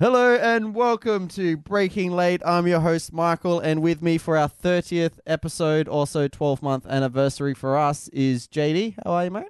Hello and welcome to Breaking Late. I'm your host, Michael, and with me for our 30th episode, also 12 month anniversary for us, is JD. How are you, mate?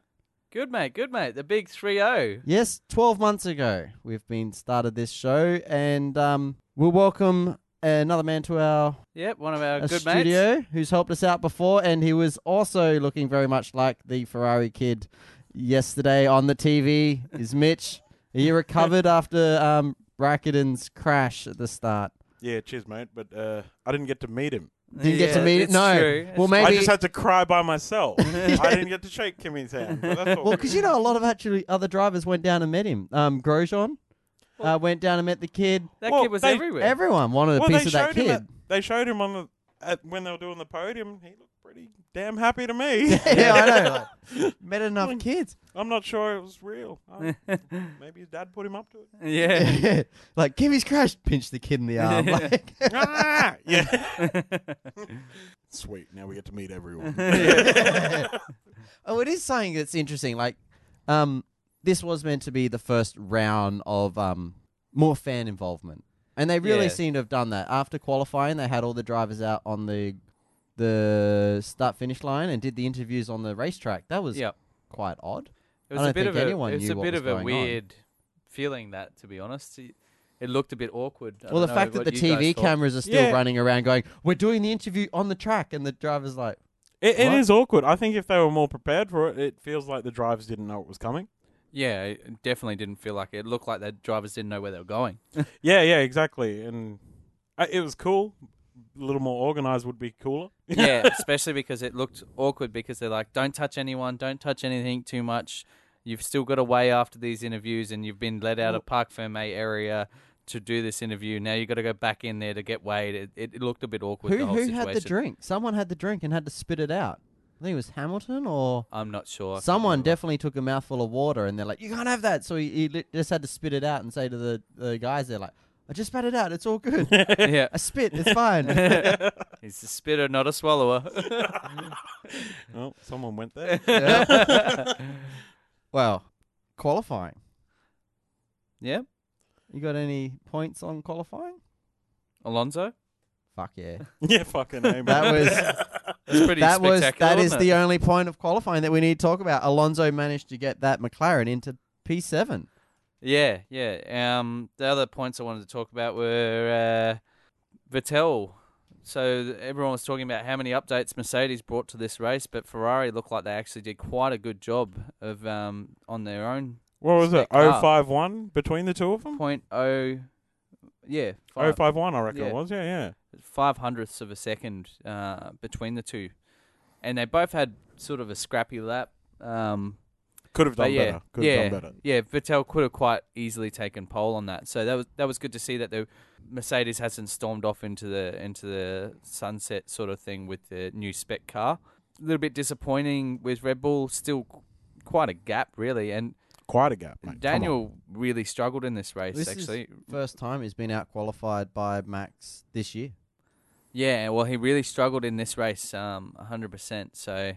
Good mate, good mate. The big three zero. Yes, 12 months ago, we've been started this show, and um, we'll welcome another man to our Yep, one of our a good mates. studio who's helped us out before, and he was also looking very much like the Ferrari kid yesterday on the TV. Is Mitch? Are you recovered after um, Raikkonen's crash at the start? Yeah, cheers, mate. But uh, I didn't get to meet him. Didn't get to Yeah, meet it. it's No. true. Well, It's- maybe. I just had to cry by myself. I didn't get to shake Kimmy's hand. But that's all. well, because you know, a lot of actually other drivers went down and met him. Um, Grosjean uh, went down and met the kid. that Well, kid was they- everywhere. Everyone wanted a Well, piece they of showed that him. kid. At, they showed him on the at, when they were doing the podium. He looked pretty damn happy to me. yeah, I know. like, met enough kids. I'm not sure it was real. I- maybe his dad put him up to it. yeah. like, Kimmy's crashed. Pinched the kid in the arm. Like, ah, yeah. Sweet. Now we get to meet everyone. Oh, it is something that's interesting. Like, um, this was meant to be the first round of um more fan involvement, and they really Yeah. seem to have done that. After qualifying, they had all the drivers out on the the start finish line and did the interviews on the racetrack. That was Yep. quite odd. It was I don't a bit think of a anyone it's knew a what bit was of a going on. weird feeling that to be honest. It it looked a bit awkward. I well, the don't know fact that the what you guys TV thought. cameras are still Yeah. running around going, "We're doing the interview on the track," and the driver's like, It, it What? is awkward. I think if they were more prepared for it, it feels like the drivers didn't know it was coming. Yeah, it definitely didn't feel like it. it looked like the drivers didn't know where they were going. Yeah, yeah, exactly. And uh, it was cool. A little more organized would be cooler. yeah, especially because it looked awkward because they're like, don't touch anyone, don't touch anything too much. You've still got a way after these interviews, and you've been let out of Parc Ferme area to do this interview. Now you've got to go back in there to get weighed. It, it, it looked a bit awkward. "Who the whole who situation. had the drink? Someone had the drink and had to spit it out. I think it was Hamilton or." I'm not sure. I can't Someone remember. definitely took a mouthful of water, and they're like, "You can't have that." So he, he li- just had to spit it out and say to the, the guys, "They're like, I just spat it out. It's all good. yeah, I spit. It's fine." he's a spitter, not a swallower. Oh, someone went there. well, qualifying. yeah, You got any points on qualifying? Alonso. Fuck yeah! yeah, fucking A, That man. was It's pretty that was spectacular. that is wasn't the it? only point of qualifying that we need to talk about. Alonso managed to get that McLaren into P seven. Yeah, yeah. Um, the other points I wanted to talk about were uh, Vettel. So th- everyone was talking about how many updates Mercedes brought to this race, but Ferrari looked like they actually did quite a good job of um, on their own What was it? Spec up. 051 between the two of them? point oh, yeah, Oh five, five one, I reckon Yeah. it was. Yeah, yeah. five hundredths of a second uh, between the two, and they both had sort of a scrappy lap. Um, Could have But done yeah, better. Could yeah, have done better. yeah. Vettel could have quite easily taken pole on that, so that was that was good to see that the Mercedes hasn't stormed off into the into the sunset sort of thing with the new spec car. A little bit disappointing with Red Bull, still qu- quite a gap really, and Quite a gap, mate. Come on. Daniel really struggled in this race This is- actually. First time he's been out qualified by Max this year. yeah, well, he really struggled in this race, um, hundred percent. So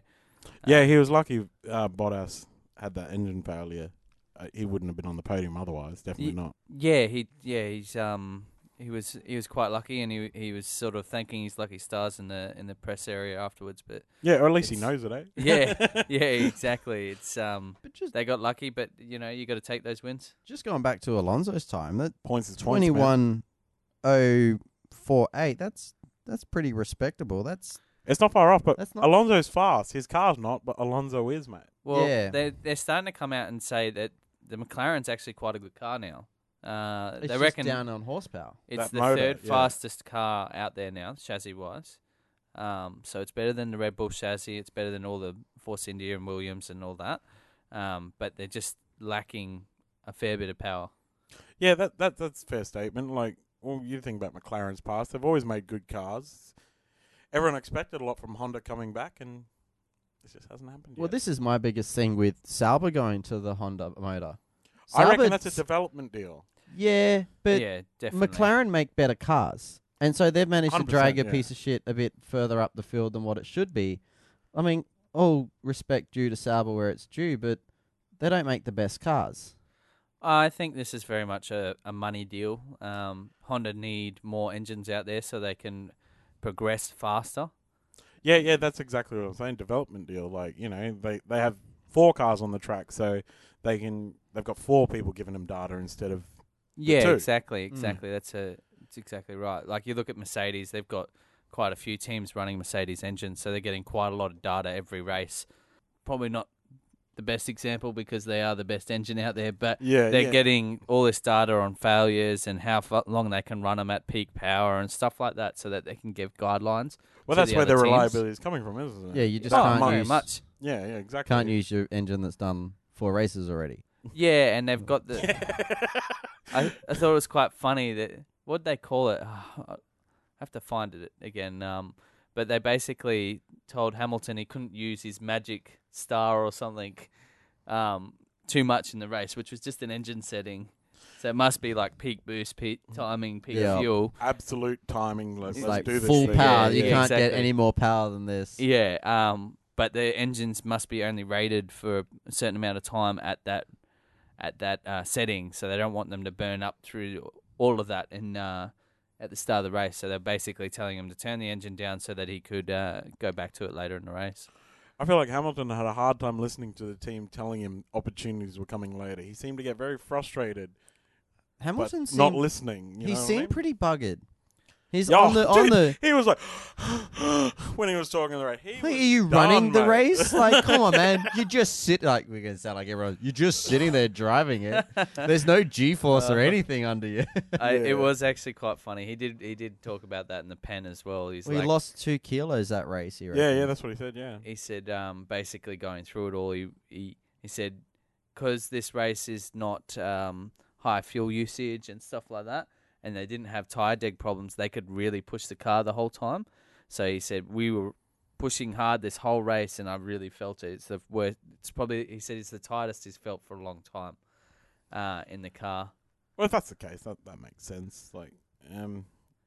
Yeah, he was lucky uh, Bottas had that engine failure. Uh, he wouldn't have been on the podium otherwise. Definitely not. Yeah, he yeah he's um he was he was quite lucky, and he he was sort of thanking his lucky stars in the in the press area afterwards. But Yeah, or at least he It's- knows it, eh? yeah, yeah, exactly. It's um But just they got lucky, but you know you got to take those wins. just going back to Alonso's time, that Points is points, man. twenty one oh four eight. That's that's pretty respectable. That's It's not far off, but That's not- Alonso's fast. His car's not, but Alonso is, mate. Well, Yeah. they they're starting to come out and say that the McLaren's actually quite a good car now. Uh, it's they just reckon down on horsepower. it's That the motor, third yeah. fastest car out there now, chassis wise. Um, so it's better than the Red Bull chassis. It's better than all the Force India and Williams and all that. Um, but they're just lacking a fair bit of power. Yeah, that that that's a fair statement. Like, well, you think about McLaren's past; they've always made good cars. Everyone expected a lot from Honda coming back, and it just hasn't happened Well, yet. this is my biggest thing with Sauber going to the Honda motor. I reckon Sauber- that's a development deal. yeah, but yeah, definitely. McLaren make better cars, and so they've managed to 100%, drag a yeah. piece of shit a bit further up the field than what it should be. I mean, all respect due to Sauber where it's due, but they don't make the best cars. I think this is very much a, a money deal. Um, Honda need more engines out there so they can progress faster. Yeah, yeah, that's exactly what I'm saying. Development deal, like you know, they they have four cars on the track, so they can they've got four people giving them data instead of Yeah, two. exactly, exactly. That's a that's exactly right. Like you look at Mercedes, they've got quite a few teams running Mercedes engines, so they're getting quite a lot of data every race. Probably not the best example because they are the best engine out there, but yeah. they're yeah. getting all this data on failures and how fu- long they can run them at peak power and stuff like that, so that they can give guidelines. well, to that's the where other their teams. reliability is coming from, isn't it? Yeah, you just Oh, can't my- Very use much. yeah, yeah, exactly. can't use your engine that's done four races already. Yeah, and they've got the. I, I thought it was quite funny that what they call it. Ah, I have to find it again. Um, but they basically told Hamilton he couldn't use his magic star or something um, too much in the race, which was just an engine setting. So it must be like peak boost, peak timing, peak Yeah. fuel. absolute timing. Let's, It's let's like do this. full thing. power. Yeah, you yeah, can't get exactly. any more power than this. Yeah. Um, but the engines must be only rated for a certain amount of time at that at that uh, setting, so they don't want them to burn up through all of that in uh, at the start of the race. So they're basically telling him to turn the engine down so that he could uh, go back to it later in the race. I feel like Hamilton had a hard time listening to the team telling him opportunities were coming later. He seemed to get very frustrated, but Hamilton not seemed- listening. You he know what I seemed mean? pretty buggered. He's Yeah, on the on dude, the. He was like, when he was talking to the right. He Like, are was you done, running the mate. race? Like, come on, man! You just sit like we're gonna sound like everyone. You're just sitting there driving it. There's no G-force Uh, or anything under you. I, Yeah. it was actually quite funny. He did he did talk about that in the pen as well. He's we like, lost two kilos that race. He yeah, yeah, reckons. that's what he said. Yeah, he said um, basically going through it all he he, he said because this race is not um, high fuel usage and stuff like that and they didn't have tire deg problems they could really push the car the whole time so he said we were pushing hard this whole race and i really felt it it's the worst it's probably he said it's the tightest he's felt for a long time uh, in the car well, if that's the case, that that makes sense. Like, um,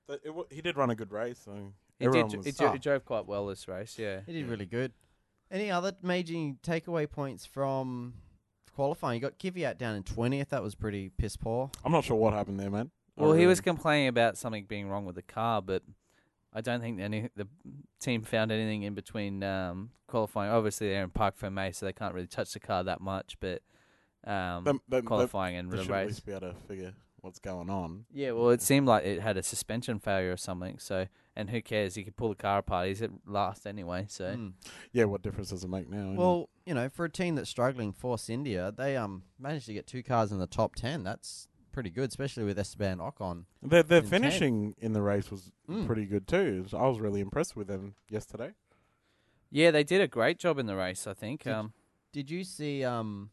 but it, wa- he did run a good race. So he, everyone did, was, Ah. he, dro- he drove quite well this race yeah he did really good. Any other major takeaway points from qualifying? You got Kvyat down in twentieth. That was pretty piss poor. I'm not sure what happened there, man. I Well, he really- was complaining about something being wrong with the car, but I don't think any the team found anything in between um, qualifying. Obviously, they're in Parc Fermé, so they can't really touch the car that much. But um, They- they- they- qualifying and they the should at race, least be able to figure what's going on. yeah. Well, it seemed like it had a suspension failure or something. So, and who cares? He could pull the car apart. He's at last anyway. So, Hmm. Mm. Yeah, what difference does it make now? innit? Well, you know, for a team that's struggling, Force India, they um managed to get two cars in the top ten. That's pretty good, especially with Esteban Ocon. Their their in tenth. finishing in the race was Mm. pretty good too. So I was really impressed with them yesterday. yeah, they did a great job in the race. I think. Did- Um, Did you see um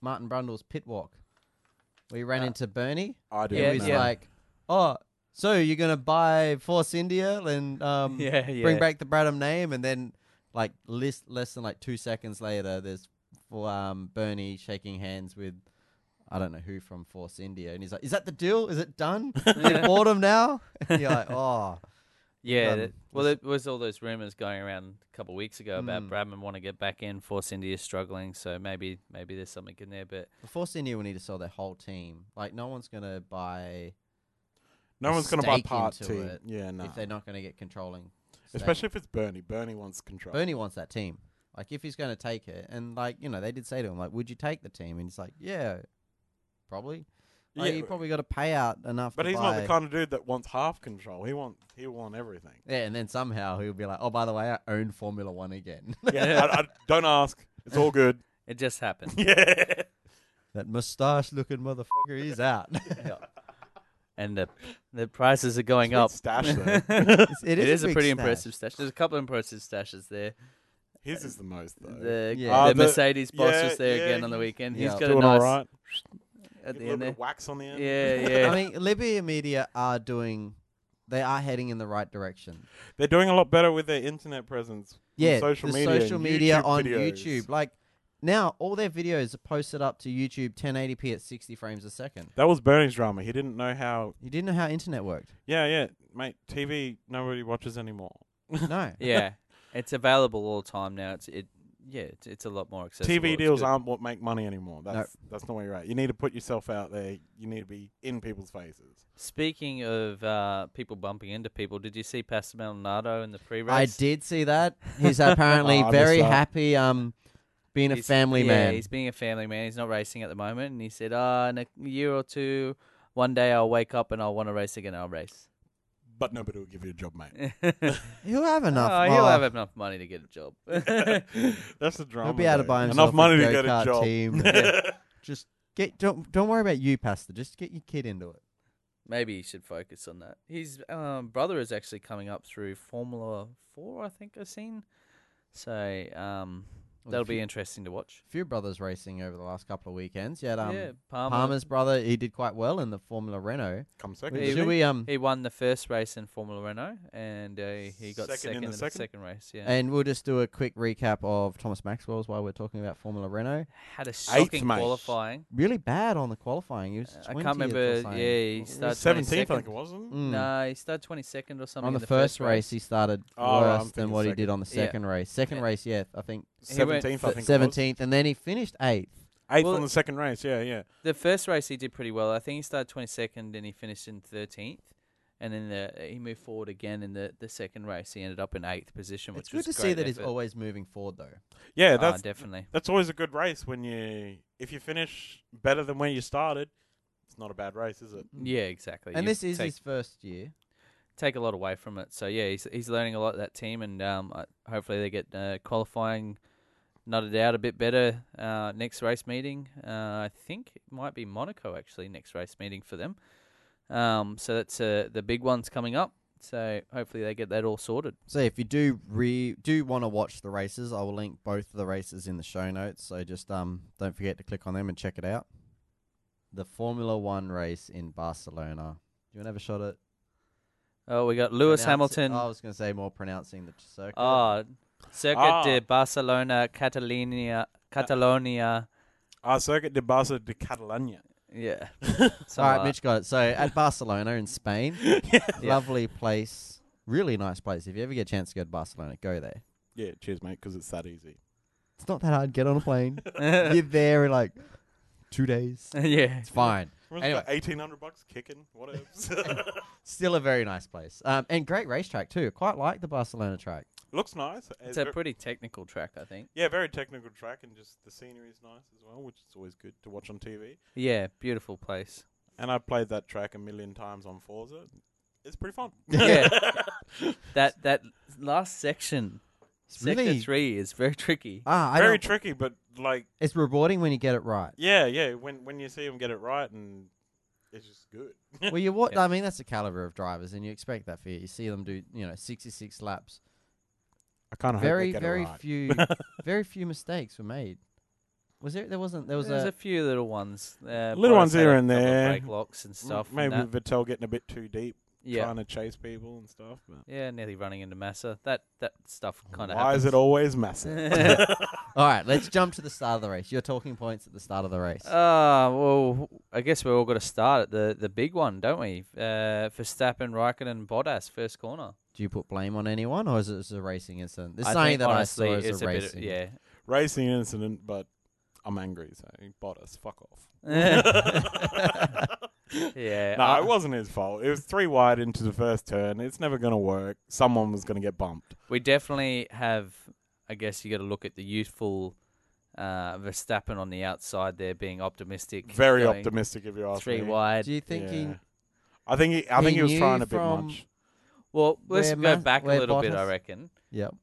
Martin Brundle's pit walk? We ran Uh, into Bernie. I did. Yeah, it was yeah. like, oh, so you're gonna buy Force India and um yeah, yeah. bring back the Bradham name, and then like less less than like two seconds later, there's um Bernie shaking hands with. I don't know who from Force India, and he's like, "Is that the deal? Is it done? You bought him now?" And you're like, "Oh, Yeah, Um, that- well, it was all those rumors going around a couple of weeks ago about Mm. Bradman want to get back in, Force India struggling, so maybe maybe there's something in there. But the Force India will need to sell their whole team. Like, no one's gonna buy No one's going to buy Stake part into two. it Yeah, no. if they're not gonna get controlling. stake. Especially if it's Bernie. Bernie wants control. Bernie wants that team. Like, if he's gonna take it, and like you know, they did say to him, like, "Would you take the team?" And he's like, "Yeah, probably." Like, Yeah, you oh, probably got to pay out enough. but to he's not the buy- kind of dude that wants half control. He want he want everything. Yeah, and then somehow he'll be like, "Oh, by the way, I own Formula One again." Yeah, I, I, don't ask. It's all good. it just happened. yeah. that mustache-looking motherfucker is out. and the, the prices are going Sweet up. stash, though. it It is a big pretty stash. impressive stash. There's a couple of impressive stashes there. His is the most though. The, Yeah. Ah, the, the- Mercedes boss yeah, was there yeah, again on the he's- weekend. yeah. He's got Doing a nice all right. at the Get a little end bit there. of wax on the end. Yeah, yeah. I mean, Libya Media are doing. They are heading in the right direction. They're doing a lot better with their internet presence. Yeah, social the media and social media YouTube on videos. YouTube. Like now, all their videos are posted up to YouTube 1080p at 60 frames a second. That was Bernie's drama. He didn't know how. You didn't know how internet worked. Yeah, yeah, mate. TV nobody watches anymore. No. yeah, it's available all the time now. It's it yeah, it's, it's a lot more accessible. TV It's deals good. aren't what make money anymore. That's that's not where you're at. You need to put yourself out there. You need to be in people's faces. Speaking of uh, people bumping into people, did you see Pastor Maldonado in the pre-race? I did see that. He's apparently Oh, I very missed that. happy um, being a He's- family yeah, man. He's being a family man. He's not racing at the moment, and he said, "Ah, in a year or two, one day I'll wake up and I'll want to race again. I'll race." But nobody will give you a job, mate. He'll have enough. Oh, he'll oh, have enough money to get a job. That's the drama. He'll be able to though. buy himself enough money a to get a go-kart job. team. Just get don't don't worry about you, Pastor. Just get your kid into it. Maybe he should focus on that. His um, brother is actually coming up through Formula Four, I think I've seen. So um, Well, that'll if be you- interesting to watch. Few brothers racing over the last couple of weekends. Yet um, yeah, Palmer. Palmer's brother he did quite well in the Formula Renault. Come second. Hey, Should we um He won the first race in Formula Renault, and uh, he got second, Second in the second? race. Yeah, and we'll just do a quick recap of Thomas Maxwell's while we're talking about Formula Renault. had a shocking mate. qualifying. Really bad on the qualifying. He was Uh, I 20th can't or remember. Yeah, something. he started Seventeenth, I think it 22nd. wasn't. Mm. No, he started twenty second or something. on in the, first race, he started Oh, right, I'm worse than thinking what he did second. on the Yeah. second race. Second Yeah. race, yeah, I think He went Seventeenth, I th- think. seventeenth, and then he finished eighth. Eighth Well, on the second race. Yeah, yeah. The first race he did pretty well. I think he started twenty second and he finished in thirteenth. And then the, he moved forward again in the, the second race. He ended up in eighth position, which It's good was to see great that he's effort. always moving forward, though. Yeah, Ah, that's definitely. that's always a good race when you if you finish better than where you started. It's not a bad race, is it? Yeah, exactly. And You this is take, his first year. take a lot away from it. So yeah, he's he's learning a lot of that team, and um, I- hopefully they get uh, qualifying nutted out a bit better uh, next race meeting. Uh, I think it might be Monaco actually next race meeting for them. Um, so that's uh, the big ones coming up. So hopefully they get that all sorted. So if you do re do want to watch the races, I will link both of the races in the show notes. So just um don't forget to click on them and check it out. The Formula One race in Barcelona. Do you want to have a shot at Oh, we got Lewis pronounce- Hamilton. I was going to say more pronouncing the circuit. Ah, Circuit Ah. de Barcelona, Catalonia, Catalonia. Our circuit de Barca de Catalunya. Yeah. All right, Mitch got it. So at Barcelona in Spain, lovely place, really nice place. If you ever get a chance to go to Barcelona, go there. Yeah, cheers, mate, because it's that easy. It's not that hard. Get on a plane. Mitch. You're there in like two days. yeah. It's fine. Anyway. eighteen hundred bucks kicking, whatever. Still a very nice place, um, and great racetrack too. Quite like the Barcelona track. Looks nice. It's a ver- pretty technical track, I think. yeah, very technical track, and just the scenery is nice as well, which is always good to watch on TV. Yeah, beautiful place. And I played that track a million times on Forza. It's pretty fun. Yeah. that that last section, It's sector really three, is very tricky. ah, I very don't- tricky, but like, it's rewarding when you get it right. yeah, yeah. When when you see them get it right, and it's just good. Well, you what? Yeah. I mean, that's the caliber of drivers, and you expect that for you. You see them do, you know, sixty-six laps. I kind Very, very few, very few mistakes were made. Was there? There wasn't. There was There's a, a few little ones, uh, Little ones Bottas had here a and couple of there. brake locks and stuff. and Maybe that. Vettel getting a bit too deep, yeah, trying to chase people and stuff. But yeah, nearly running into Massa. That that stuff kind of why is it always massive? All right, let's jump to the start of the race. Your talking points at the start of the race. Ah, well, I guess we're all got to start at the, the big one, don't we? Uh, Verstappen, Raikkonen, Bottas, first corner. Do you put blame on anyone, or is it just a racing incident? This is I something think, that honestly, I saw as it's a bit- racing. yeah, Racing incident, but I'm angry, so Bottas, fuck off. yeah. No, I- it wasn't his fault. It was three wide into the first turn. It's never going to work. Someone was going to get bumped. we definitely have. I guess you got to look at the youthful uh, Verstappen on the outside there, being optimistic. Very going optimistic, if you ask Three me. wide. Do you think he? Yeah. I think he, I think He he was knew trying a bit from- much. Well, let's Where go Ma- back a where little bit. I Bottas- reckon Yep.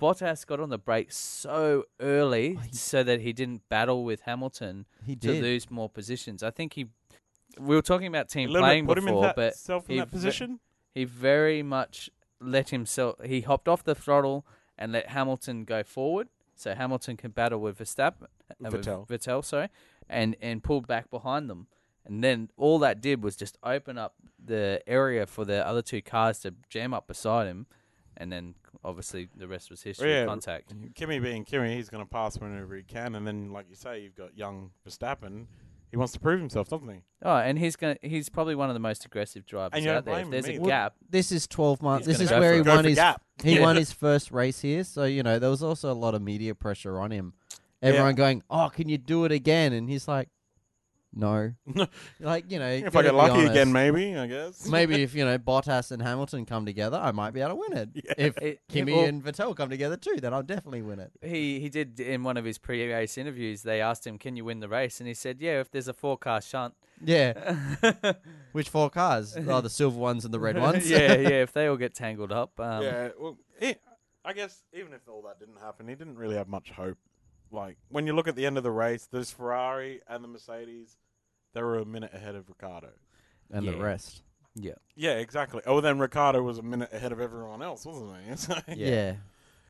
Bottas got on the brake so early Oh, he- so that he didn't battle with Hamilton He to did. lose more positions. I think he. We were talking about A team little bit playing put him in before, that, but self in he that ve- position. he very much let himself he hopped off the throttle and let Hamilton go forward so Hamilton can battle with Verstappen uh, with Vettel. Vettel sorry and and pulled back behind them and then all that did was just open up the area for the other two cars to jam up beside him and then obviously the rest was history Yeah. contact Kimmy being Kimmy, he's going to pass whenever he can, and then, like you say, you've got young Verstappen. He wants to prove himself, doesn't he? Oh, and he's gonna—he's probably one of the most aggressive drivers And you out don't there. If blame there's me. a Well, gap, This is 12 months. He's This is gonna go where for he it. Go won for his gap. he Yeah. won his first race here, so you know there was also a lot of media pressure on him. Yeah. Everyone going, "Oh, can you do it again?" And he's like, "No." like you know, if I gotta get be lucky honest. again, maybe I guess. Maybe if you know Bottas and Hamilton come together, I might be able to win it. Yeah. If It- it Kimi will- and Vettel come together too, then I'll definitely win it. he he did in one of his pre-race interviews. They asked him, "Can you win the race?" And he said, "Yeah, if there's a four-car shunt." Yeah. yeah, Which four cars? Oh, the silver ones and the red ones. yeah. If they all get tangled up, um, yeah. Well, he, I guess even if all that didn't happen, he didn't really have much hope. Like when you look at the end of the race, there's Ferrari and the Mercedes. They were a minute ahead of Ricardo. and the Yeah. rest. Yeah, exactly. Oh, then Ricardo was a minute ahead of everyone else, wasn't he? So, Yeah. Yeah.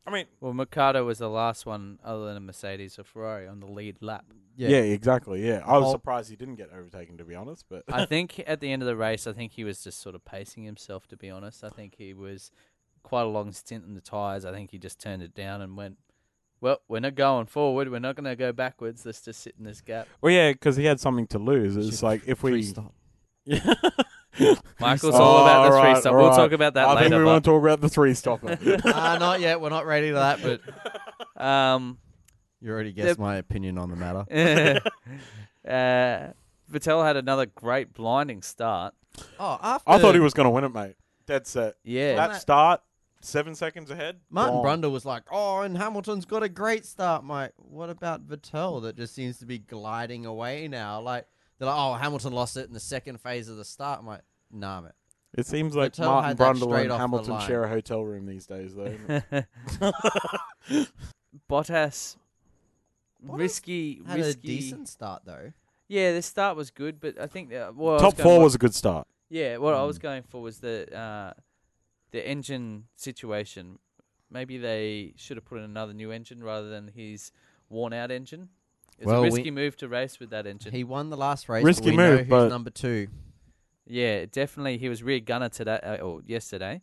I mean, Well, Mercado was the last one, other than a Mercedes or Ferrari, on the lead lap. Yeah. yeah. exactly. Yeah, I was Oh. surprised he didn't get overtaken, to be honest. But I think at the end of the race, I think he was just sort of pacing himself. To be honest, I think he was quite a long stint in the tires. I think he just turned it down and went. Well, we're not going forward. We're not going to go backwards. Let's just sit in this gap. well, yeah, because he had something to lose. It's Should like if Free we. stop. Michael's stop. all about the All three right, stop. all We'll right. talk about that I later. think we but- want to talk about the three stopper. uh, not yet. We're not ready to that, but Um, you already guessed my opinion on the matter. uh, um, Vettel had another great blinding start. Oh, after I thought he was going to win it, mate. Dead set. Yeah, Well, That start, seven seconds ahead. Martin gone. Brundle was like, "Oh, and Hamilton's got a great start, mate. What about Vettel that just seems to be gliding away now? Like they're like, oh, Hamilton lost it in the second phase of the start, mate. Nah, mate. It seems like Vettel Martin had that Brundle straight and off the Hamilton line. share a hotel room these days, though. Bottas Bottas, risky, Had risky. a decent start though. Yeah, the start was good, but I think that, well, I was Top going four for- was a good start. yeah. What I was Mm. going for was the uh, the engine situation. Maybe they should have put in another new engine rather than his worn out engine. It's Well, a we- risky move to race with that engine. He won the last race. Risky but we know move, who's but- number two. Yeah, definitely. He was rear gunner today uh, or yesterday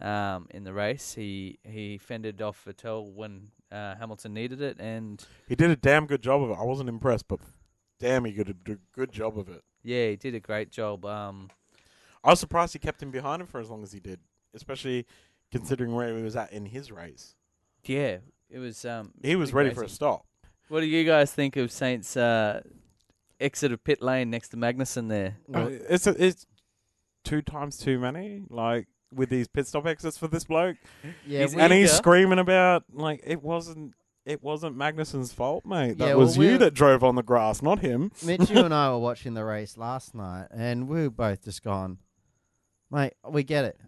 um, in the race. He he fended off Vettel when uh, Hamilton needed it, and He did a damn good job of it. I wasn't impressed, but damn, he did a d- good job of it. yeah, he did a great job. Um, I was surprised he kept him behind him for as long as he did, especially considering where he was at in his race. yeah, it was. Um, He was pretty ready for a crazy. stop. What do you guys think of Saints' uh, exit of pit lane next to Magnussen there? Well, Uh, it's a, it's two times too many. Like with these pit stop exits for this bloke. yeah, he's we- and he's Eager. screaming about like it wasn't it wasn't Magnuson's fault, mate. That Yeah, was well, you we're- that drove on the grass, not him. Mitch, you and I were watching the race last night, and we were both just gone, mate. We get it.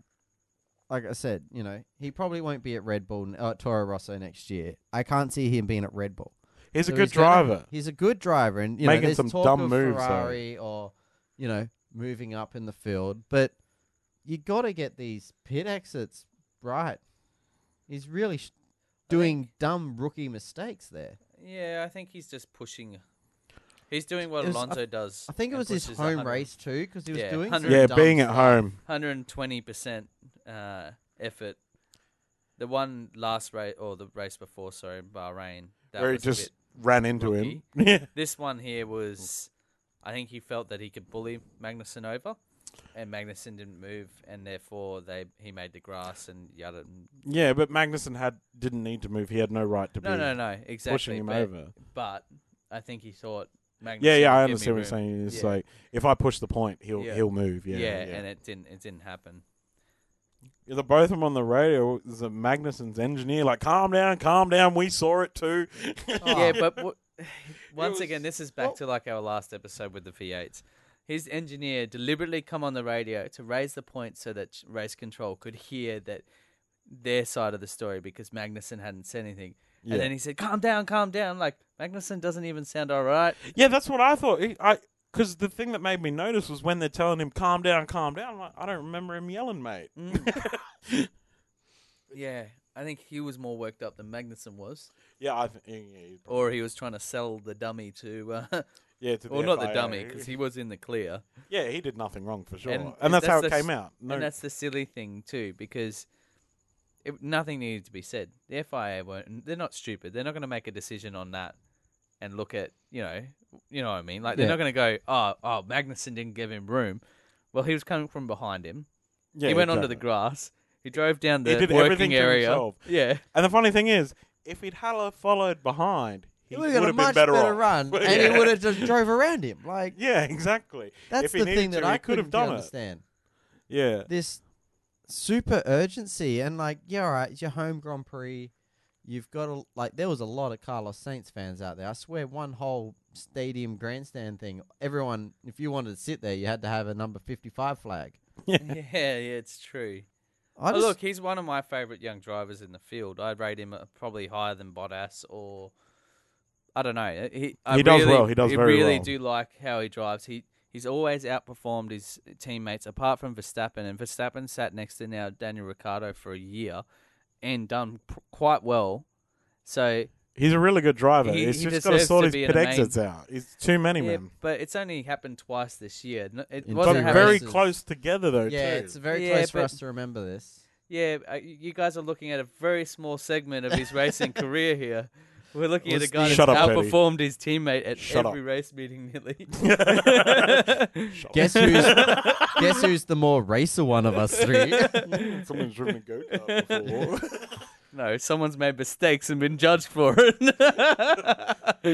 Like I said, you know, he probably won't be at Red Bull, uh, Toro Rosso next year. I can't see him being at Red Bull. He's So a good gonna- driver. he's a good driver, and you know, Making there's some talk dumb of moves, though. Ferrari or you know moving up in the field, but you got to get these pit exits right. He's really sh- doing dumb rookie mistakes there. Yeah, I think he's just pushing. He's doing what It was- I- Alonso does. I think it and was his pushes home 100 race too, because he was Yeah, doing some 100 Yeah, dumb being at stuff. home. 120% uh, effort. The one last race, or the race before, sorry, Bahrain. That where he was a just bit- ran into him. Yeah. This one here was, I think he felt that he could bully Magnussen over, and Magnussen didn't move, and therefore they he made the grass and yada. and- yeah, but Magnuson had didn't need to move. He had no right to be No, no, no, exactly. pushing him but, over. But I think he thought Magnussen. Yeah, yeah, I would give understand me what you're room. saying. It's Yeah. like if I push the point, he'll Yeah. he'll move. Yeah, yeah. and it didn't. It didn't happen. Yeah, the both of them on the radio. It was a Magnuson's engineer like, "Calm down, calm down. We saw it too." yeah, Oh, but w- once was- again, this is back to like our last episode with the V8s. His engineer deliberately come on the radio to raise the point so that ch- race control could hear that their side of the story because Magnuson hadn't said anything. Yeah. And then he said, "Calm down, calm down." Like Magnuson doesn't even sound all right. Yeah, that's what I thought. He- I because the thing that made me notice was when they're telling him calm down, calm down. I'm like, I don't remember him yelling, mate. Mm. Yeah, I think he was more worked up than Magnuson was, Yeah, I think. Yeah, yeah, probably- or he was trying to sell the dummy to, uh, yeah to the well, not the FIA. dummy because he was in the clear. Yeah, he did nothing wrong for sure, And and, that's, how that's it the s- came out. No, And that's the silly thing too, because it, nothing needed to be said. The FIA weren't. They're not stupid. They're not going to make a decision on that and look at you know You know what I mean? Like they're Yeah. not going to go, oh, oh, Magnussen didn't give him room. Well, he was coming from behind him. Yeah, he went onto the exactly. grass. He drove down the He did everything working to area. himself. Yeah, And the funny thing is, if he'd had followed behind, he would've would got a have been much better, better off. run, But and yeah. he would have just drove around him. Like Yeah, exactly. that's if he the needed thing that to, I he could have couldn't done it. understand. Yeah, This super urgency and like, yeah, all right, it's your home Grand Prix. You've got a, like there was a lot of Carlos Sainz fans out there. I swear, one whole stadium grandstand thing. Everyone, if you wanted to sit there, you had to have a number fifty-five flag. yeah, yeah. It's true. I Oh, just, look, he's one of my favorite young drivers in the field. I'd rate him uh, probably higher than Bottas or I don't know. He, I He does really- well. He does very really well. do like how he drives. He he's always outperformed his teammates apart from Verstappen. And Verstappen sat next to now Daniel Ricciardo for a year and done pr- quite well. So he's a really good driver. He- he's he just got to deserves sort to his be pit an amazing- exits out. He's too many, yeah, man. but it's only happened twice this year. No- It In wasn't two But happening- very races. close together though. yeah, too. it's very Yeah, close for but- us to remember this. Yeah, uh, you guys are looking at a very small segment of his racing career here. We're looking at a Was guy the- that's Shut up, Eddie. outperformed his teammate at Shut every race meeting nearly. Shut Guess who's guess who's the more racer one of us three? up. Someone's driven a goat out before. no, someone's made mistakes and been judged for it.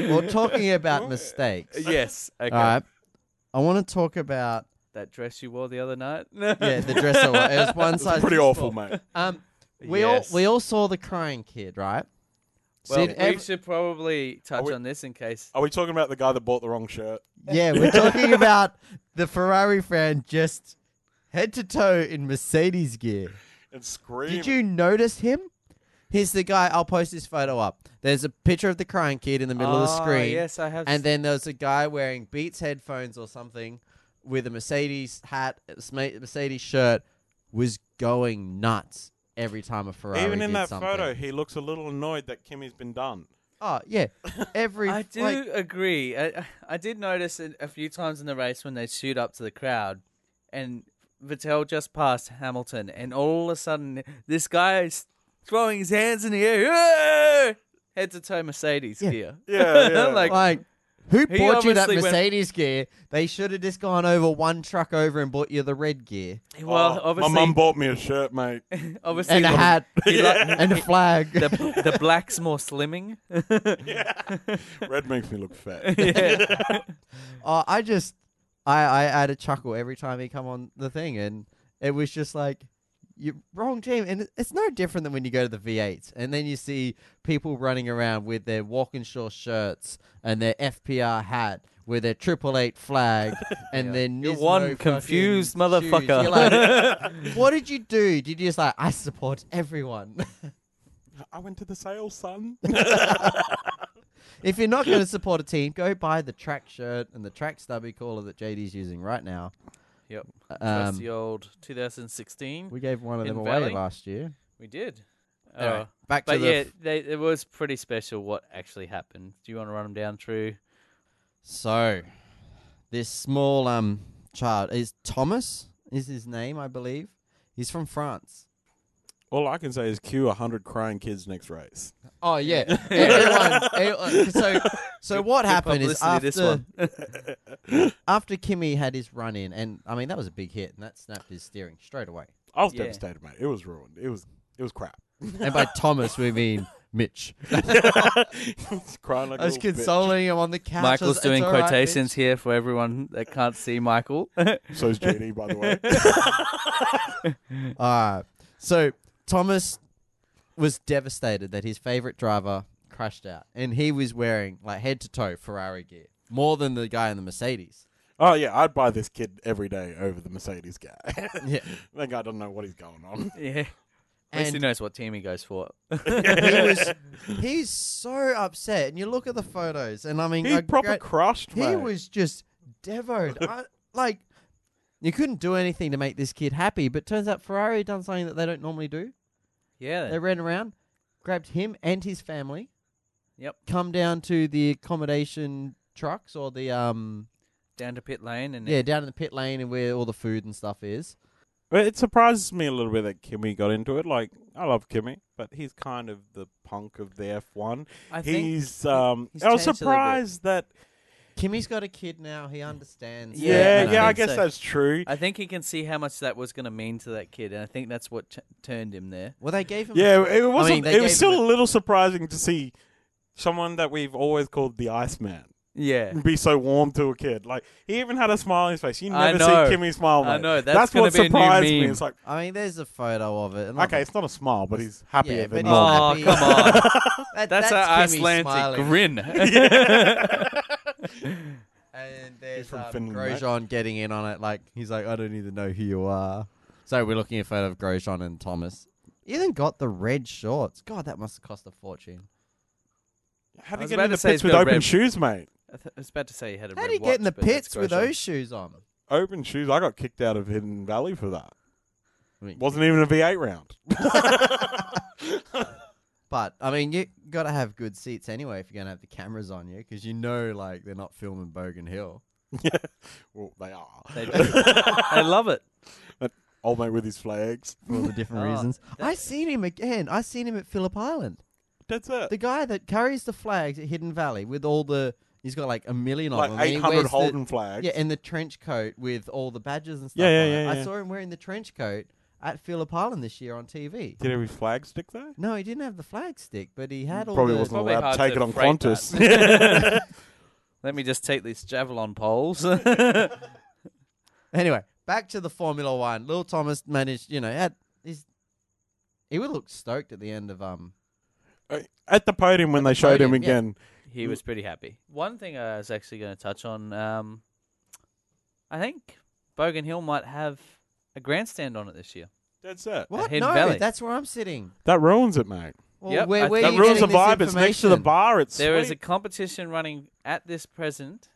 well, talking about mistakes. yes. Okay. All right. I want to talk about That dress you wore the other night. yeah the dress. a lot. It was one size. It's pretty fits awful, all. mate. Um, we Yes. all we all saw the crying kid, right? Well, Sid we Ev- should probably touch we- on this in case. Are we talking about the guy that bought the wrong shirt? yeah, we're talking about the Ferrari fan just head to toe in Mercedes gear. And screaming. Did you notice him? Here's the guy. I'll post this photo up. There's a picture of the crying kid in the middle of the Ah, screen. Yes, I have. And then there's a guy wearing Beats headphones or something with a Mercedes hat, a s- ma- Mercedes shirt, was going nuts every time a Ferrari. Even in did that something. photo, he looks a little annoyed that Kimmy's been done. Oh yeah, every I do like, agree. I I did notice it a few times in the race when they shoot up to the crowd, and Vettel just passed Hamilton, and all of a sudden this guy is throwing his hands in the air, "Yeah!" head to toe Mercedes Yeah. gear. Yeah, yeah. like like. Who He bought you that obviously went- Mercedes gear? They should have just gone over one truck over and bought you the red gear well, Oh, obviously, my mum bought me a shirt, mate. obviously and a hat he li- and a flag. the the black's more slimming. Red makes me look fat. yeah. Uh, I just, I, I had a chuckle every time he come on the thing, and it was just like, you wrong team, and it- it's no different than when you go to the V8s, and then you see people running around with their Walkinshaw shirts and their FPR hat with their triple eight flag and Yeah. their You're Nismo one fucking confused shoes. motherfucker. You're like, what did you do? Did you just like I support everyone? I went to the sale, son. if you're not going to support a team, go buy the track shirt and the track stubby collar that JD's using right now. Yep. That's Um, the old 2016. We gave one of In them Valley? away last year. We did. Anyway, Uh, back to But the yeah, f- they, it was pretty special what actually happened. Do you want to run them down through? so this small um child is Thomas is his name, I believe. He's from France. All I can say is cue 100 crying kids next race. Oh yeah, everyone. everyone- so so what Good happened is publicity, this after one. after Kimmy had his run in, and I mean that was a big hit, and that snapped his steering straight away. I was Yeah. devastated, mate. It was ruined. It was it was crap. And by Thomas we mean Mitch. It's crying like I was a little bitch. consoling him on the couch. I was, Oh, Michael's "It's doing all right, quotations Mitch." here for everyone that can't see Michael. So's JD, by the way. Uh, so Thomas was devastated that his favorite driver crashed out, and he was wearing like head to toe Ferrari gear more than the guy in the Mercedes. oh yeah, I'd buy this kid every day over the Mercedes guy. Yeah, that guy doesn't know what he's going on. yeah. At least he and knows what team he goes for. he was he's so upset. And you look at the photos, and I mean, He I proper gra- crushed, he mate. was just devoed. I, like you couldn't do anything to make this kid happy. But turns out Ferrari done something that they don't normally do. Yeah. They ran around, grabbed him and his family. Yep. Come down to the accommodation trucks or the um Down to pit lane and yeah down in the pit lane and where all the food and stuff is. But it surprises me a little bit that Kimmy got into it. Like, I love Kimmy, but he's kind of the punk of the F1. I think he's, um, he's I was changed a little bit. surprised that Kimmy's got a kid now. He understands. Yeah, Yeah, no, yeah, I I mean, guess so- that's true. I think he can see how much that was going to mean to that kid, and I think that's what t- turned him there. Well, they gave him. Yeah, it wasn't. they it was gave still him a little surprising to see someone that we've always called the Iceman Yeah, be so warm to a kid. Like he even had a smile on his face. You I never see know. Kimmy smile. I mate. know, that's that's gonna what be a new surprised me. meme. It's like I mean, there's a photo of it. and okay, I'm- it's not a smile, but he's happier Yeah, than but he's Oh, normal. happy. come on. That- that's, our Kimmy Icelandic smiling. grin. And there's from um, Finland, right? Grosjean getting in on it. Like he's like, I don't even know who you are. So we're looking at a photo of Grosjean and Thomas. Even got the red shorts. God, that must have cost a fortune. How I do you was get about in to the say pits it's with got open red- shoes, mate? I, th- I was about to say he had a. How red do you get in watch, the but that's pits with Grosjean. those shoes on? Open shoes. I got kicked out of Hidden Valley for that. I mean, Wasn't even a V8 round. But I mean, you gotta have good seats anyway if you're gonna have the cameras on you, because you know, like they're not filming Bogan Hill. well, they are. They do. I love it. Old mate with his flags. for all the different Oh, reasons. that- I seen him again. I seen him at Phillip Island. That's it. The guy that carries the flags at Hidden Valley with all the he's got like a million of Like them. and he 800 wears the- Holden flags. Yeah, and the trench coat with all the badges and stuff. Yeah, yeah, on it. yeah, I yeah. saw him wearing the trench coat at Phillip Island this year on TV. Did every flag stick there? No, he didn't have the flag stick, but he had all Mm, Probably the. wasn't Probably allowed hard to take to it on freight Qantas. Let me just take these javelin poles. Anyway, back to the Formula One. Lil Thomas managed, you know, at his. He would look stoked at the end of um. Uh, At the podium when they showed him podium, yeah. again. he was pretty happy. One thing I was actually going to touch on, um, I think Bogan Hill might have a grandstand on it this year. That's it. What? Hidden No, Valley. that's where I'm sitting. That ruins it, mate. Well, Yep, I- where, where That are That you ruins the getting this vibe. It's next to the information? bar. It's There is a sweet. competition running at this present.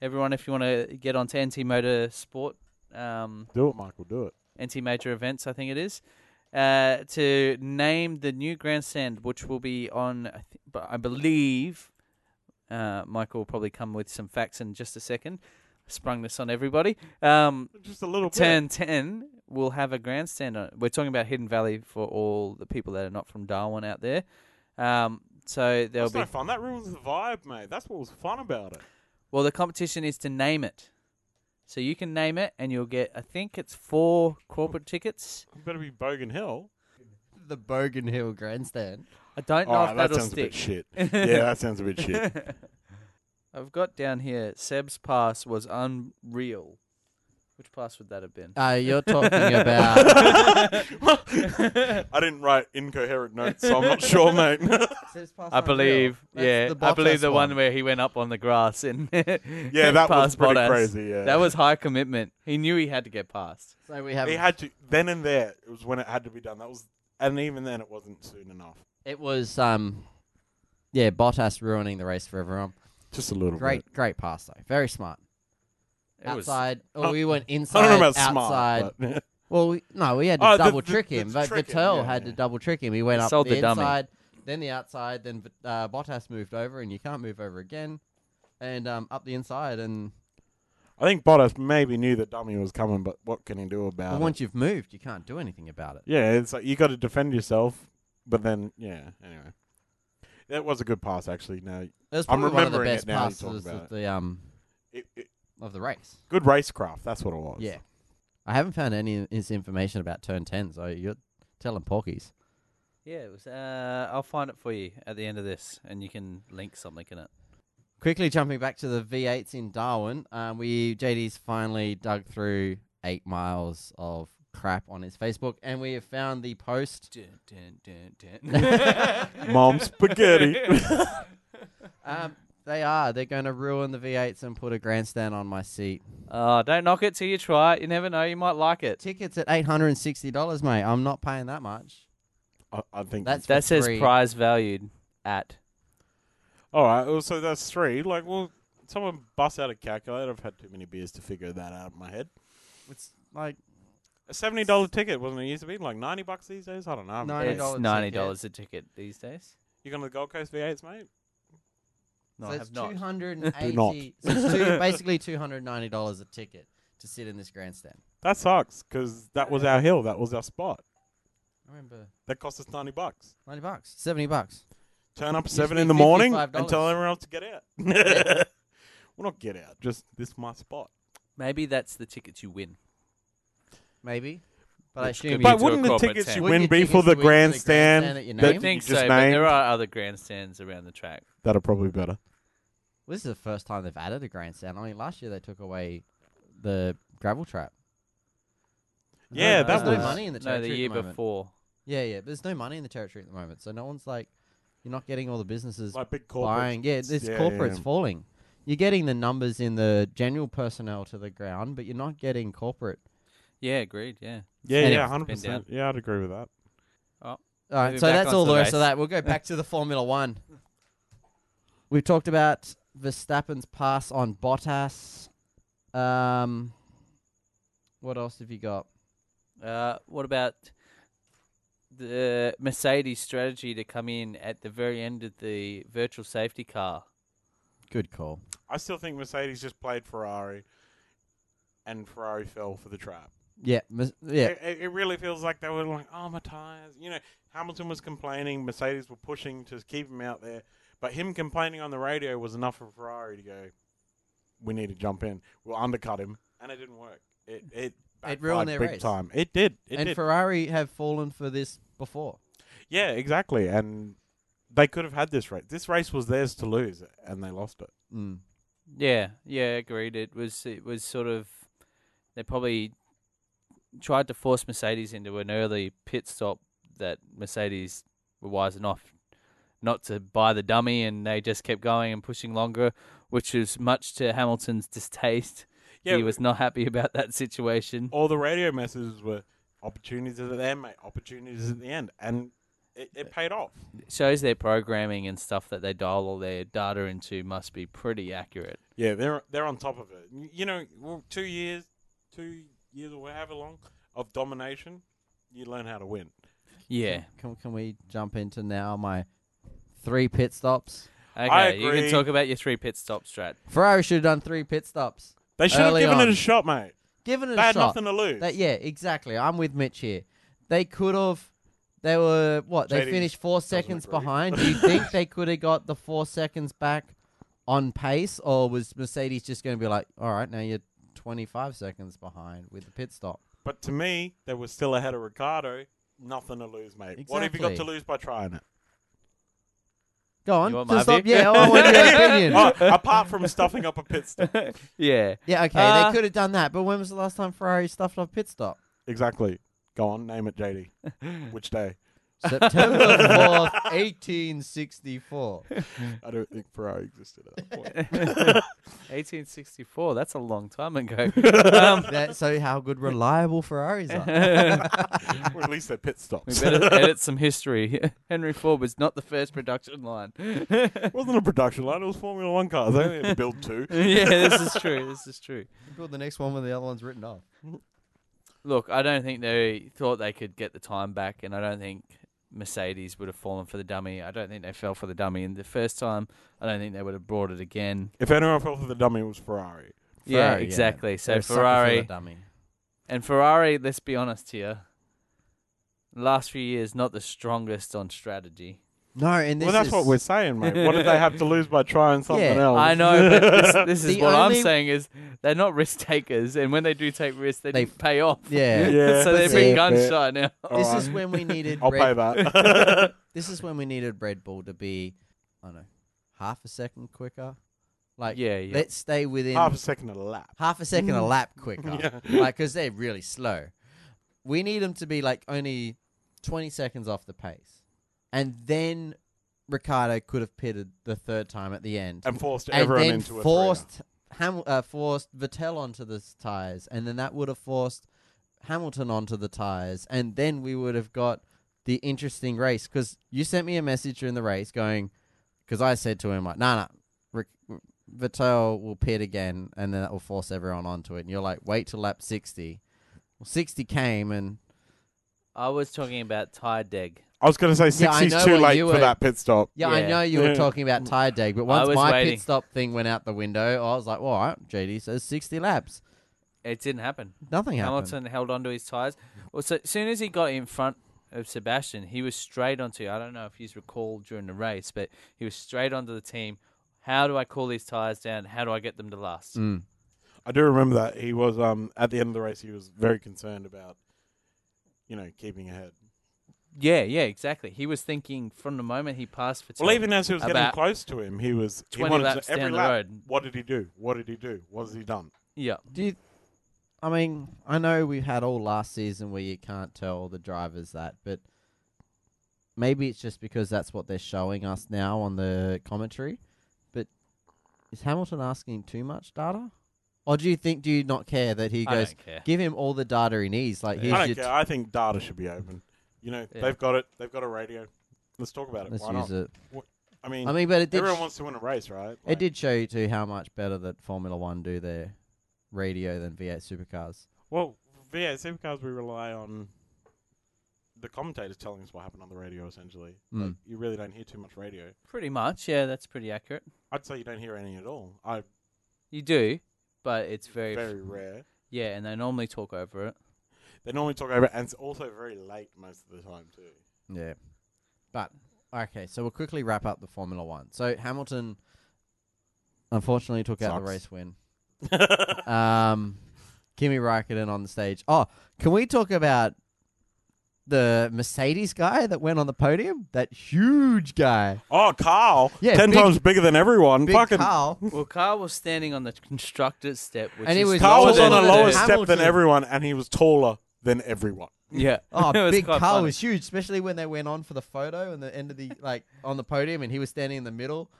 Everyone, if you want to get on to NT Motor Sport, um, Do it, Michael. Do it. NT Major Events, I think it is, uh, to name the new grandstand, which will be on, I, th- but I believe, uh, Michael will probably come with some facts in just a second. Sprung this on everybody. Um, Just a little bit. Turn 10 will have a grandstand on it. We're talking about Hidden Valley for all the people that are not from Darwin out there. Um, so there'll That's be. no fun. That ruins the vibe, mate. That's what was fun about it. Well, the competition is to name it. So you can name it and you'll get, I think it's four corporate tickets. It better be Bogan Hill. the Bogan Hill Grandstand. I don't know Oh, if that that'll sounds a stick. bit shit. yeah, that sounds a bit shit. I've got down here Seb's pass was unreal. Which pass would that have been? Uh, you're talking about I didn't write incoherent notes, so I'm not sure, mate. I believe, yeah, I believe the one. where he went up on the grass and yeah, that was pretty crazy, yeah. that was high commitment. He knew he had to get past. So we have he had to then and there. It was when it had to be done. That was, and even then, it wasn't soon enough. it was um, yeah, Bottas ruining the race for everyone. Just a little Great, great pass though. Very smart. It was- outside, I- oh, we went I inside, don't know about outside. smart. but- Well, we, no, we had to Oh, the- double the- trick the him. But trick him, Vettel yeah, had yeah. to double trick him. He went up Sold the, the dummy. inside, then the outside, then uh, Bottas moved over, and you can't move over again. And um, up the inside, and I think Bottas maybe knew that dummy was coming, but what can he do about but it? once you've moved, you can't do anything about it. Yeah, it's like you got to defend yourself, but then yeah. Anyway, that was a good pass actually. No, It was I'm probably one of the remembering it best now you talk passes about of it. the um it, it, of the race. good racecraft. That's what it was. Yeah, I haven't found any of his information about turn ten. So you're telling porkies. Yeah, it was. Uh, I'll find it for you at the end of this, and you can link something in it. Quickly jumping back to the V8s in Darwin, um, we JD's finally dug through eight miles of crap on his Facebook, and we have found the post Dun, dun, dun, dun. Mom spaghetti. Um, they are. They're going to ruin the V8s and put a grandstand on my seat. oh, don't knock it till you try it. You never know. You might like it. Tickets at eight hundred and sixty dollars, mate. I'm not paying that much. I, I think That's for That says free. prize valued at. all right. Well, so that's three. Like, well, someone bust out a calculator. I've had too many beers to figure that out in my head. It's like A seventy dollar ticket wasn't it used to be like ninety bucks these days? I don't know. No. mate. $90 It's ticket. ninety dollars a ticket these days. You going to the Gold Coast V8s, mate? No, so I it's have not. two hundred and Do not. eighty. so it's two, basically two hundred ninety dollars a ticket to sit in this grandstand. That sucks because that was our hill. That was our spot. I remember That cost us ninety bucks. ninety bucks, seventy bucks. Turn up at Used to seven be in the morning $55. and tell everyone else to get out. Well, not get out. Just this is my spot. Maybe that's the tickets you win. Maybe. But I Which assume could you be But to wouldn't a the corporate tickets tent. you Wouldn't win your be tickets for to the win for the grandstand? grandstand that you I named? you think so, just but named? there are other grandstands around the track. That'll probably be better. Well, this is the first time they've added a grandstand. I mean, last year they took away the gravel trap. There's Yeah, no, that there's was- no money in the no territory. the year at the moment. before. Yeah, yeah, but there's no money in the territory at the moment, so no one's like, you're not getting all the businesses Like big corporate. buying. Yeah, this Yeah, yeah, corporate's yeah. falling. You're getting the numbers in the general personnel to the ground, but you're not getting corporate. Yeah, agreed. Yeah, Yeah, And yeah, it's been hundred percent. Yeah, I'd agree with that. All right, Maybe so back that's onto all the the rest of race. that. We'll go back to the Formula One. We've talked about Verstappen's pass on Bottas. Um, what else have you got? Uh, what about the Mercedes strategy to come in at the very end of the virtual safety car? Good call. I still think Mercedes just played Ferrari, and Ferrari fell for the trap. Yeah, mis- yeah, It- It, it really feels like they were like, oh, my tires. You know, Hamilton was complaining. Mercedes were pushing to keep him out there. But him complaining on the radio was enough for Ferrari to go, we need to jump in. We'll undercut him. And it didn't work. It it, It ruined backfired their big race. time. It did. It and did. Ferrari have fallen for this before. yeah, exactly. And they could have had this race. This race was theirs to lose, and they lost it. Mm. Yeah, yeah, agreed. It was it was sort of they probably tried to force Mercedes into an early pit stop that Mercedes were wise enough not to buy the dummy, and they just kept going and pushing longer, which was much to Hamilton's distaste. he was not happy about that situation. all the radio messages were opportunities at the end, mate. Opportunities at the end. And it, it paid off. It shows their programming and stuff that they dial all their data into must be pretty accurate. Yeah, they're they're on top of it. You know, well, two years, two years or however long of domination, you learn how to win. Yeah. Can, can we jump into now my three pit stops? Okay, I you can agree. talk about your three pit stop strat. Ferrari should have done three pit stops. They should have Early given on. it a shot, mate. Given it They a had shot. nothing to lose. That, yeah, exactly. I'm with Mitch here. They could have. They were what? They JD finished four doesn't seconds agree. behind. Do you think they could have got the four seconds back on pace, or was Mercedes just going to be like, "All right, now you're 25 seconds behind with the pit stop"? But to me, they were still ahead of Ricardo. Nothing to lose, mate. What have you got to Exactly. lose by trying it? Go on, want just my stop. view? Yeah, I want your opinion. Oh, apart from stuffing up a pit stop. yeah. Yeah, okay, Uh, they could have done that. But when was the last time Ferrari stuffed up pit stop? Exactly. Go on, name it, JD. Which day? September fourth, 1864. I don't think Ferrari existed at that point. 1864. That's a long time ago. um, That so how good reliable Ferraris are. or at least their pit we stops. better edit some history. Henry Ford was not the first production line. yeah, It wasn't a production line. It was Formula One cars. They only had to build two. this is true. This is true. Build the next one when the other one's written off. Look, I don't think they thought they could get the time back, and I don't think Mercedes would have fallen for the dummy. I don't think they fell for the dummy. And the first time, I don't think they would have brought it again. If anyone fell for the dummy, it was Ferrari. yeah, Ferrari, yeah. exactly. So They're a sucker for the Ferrari dummy. and Ferrari. Let's be honest here. Last few years, not the strongest on strategy. No, and this well, that's is, what we're saying, mate. What did they have to lose by trying something Yeah, else? I know, but this, this is The what only- I'm saying is they're not risk takers, and when they do take risks, they, They- didn't pay off. Yeah. Yeah. so they've That's been it. gun Yeah. shy now. All This right. is when we needed. I'll pay Red, that. This is when we needed Red Bull to be, I don't know, half a second quicker. Like, yeah, yeah. let's stay within Half a half, second a lap. a second a lap quicker. Yeah. Like, because they're really slow. We need them to be like only twenty seconds off the pace, and then Ricardo could have pitted the third time at the end. And forced and everyone then into a forced Ham- uh, forced Vettel onto the s- tires, and then that would have forced Hamilton onto the tires, and then we would have got the interesting race because you sent me a message during the race going because I said to him like, "No, nah, no, nah, Vettel will pit again, and then that will force everyone onto it." And you're like, "Wait till lap 60." Well, 60 came, and I was talking about Ty Deg. I was going to say Yeah, I 60's know too what late you for were- that pit stop. yeah, Yeah. I know you were Yeah. talking about tire dag, but I once was my waiting. pit stop thing went out the window, I was like, "Well, all right, JD says 60 laps, It didn't happen. nothing happened." Hamilton held onto his tires. Well, so as soon as he got in front of Sebastian, he was straight onto. I don't know if he's recalled during the race, but he was straight onto the team. How do I cool these tires down? How do I get them to last? Mm. I do remember that he was um at the end of the race he was very concerned about you know keeping ahead. Yeah, yeah, exactly. He was thinking from the moment he passed for Well, even as he was getting About close to him, he was he 20 wanted laps to, every down the lap, road. What did he do? What did he do? What has he done? yeah, Do you? I mean, I know we had all last season where you can't tell the drivers that, but maybe it's just because that's what they're showing us now on the commentary. But is Hamilton asking too much data, or do you think do you not care that he I goes? don't care. Give him all the data he needs. Like here's I your don't care. I think data should be open. You know, Yeah. they've got it. They've got a radio. Let's talk about it. let's Why use not? it. I mean, I mean, but it did. everyone sh- wants to win a race, right? It did show you too how much better that Formula One do their radio than V8 supercars. Well, yeah, supercars we rely on the commentators telling us what happened on the radio. Essentially, like, Mm. you really don't hear too much radio. pretty much. Yeah, that's pretty accurate. I'd say you don't hear any at all. I You do, but it's very, very rare. yeah, and they normally talk over it. They normally talk over, it, and it's also very late most of the time too. Yeah. But okay, so we'll quickly wrap up the Formula One. So Hamilton unfortunately took out the race Sucks. win. um Kimi Raikkonen on the stage. Oh, can we talk about the Mercedes guy that went on the podium? That huge guy. Oh, Carl, Yeah, ten big- times bigger than everyone. Mm, Big Fucking Carl. Well, Carl was standing on the constructor's step, which And he is was Carl lower was on a than- lower than step than Hamilton. everyone, and he was taller than everyone. Yeah. It Oh, was big quite Carl funny. was huge, especially when they went on for the photo and the end of the like on the podium, and he was standing in the middle.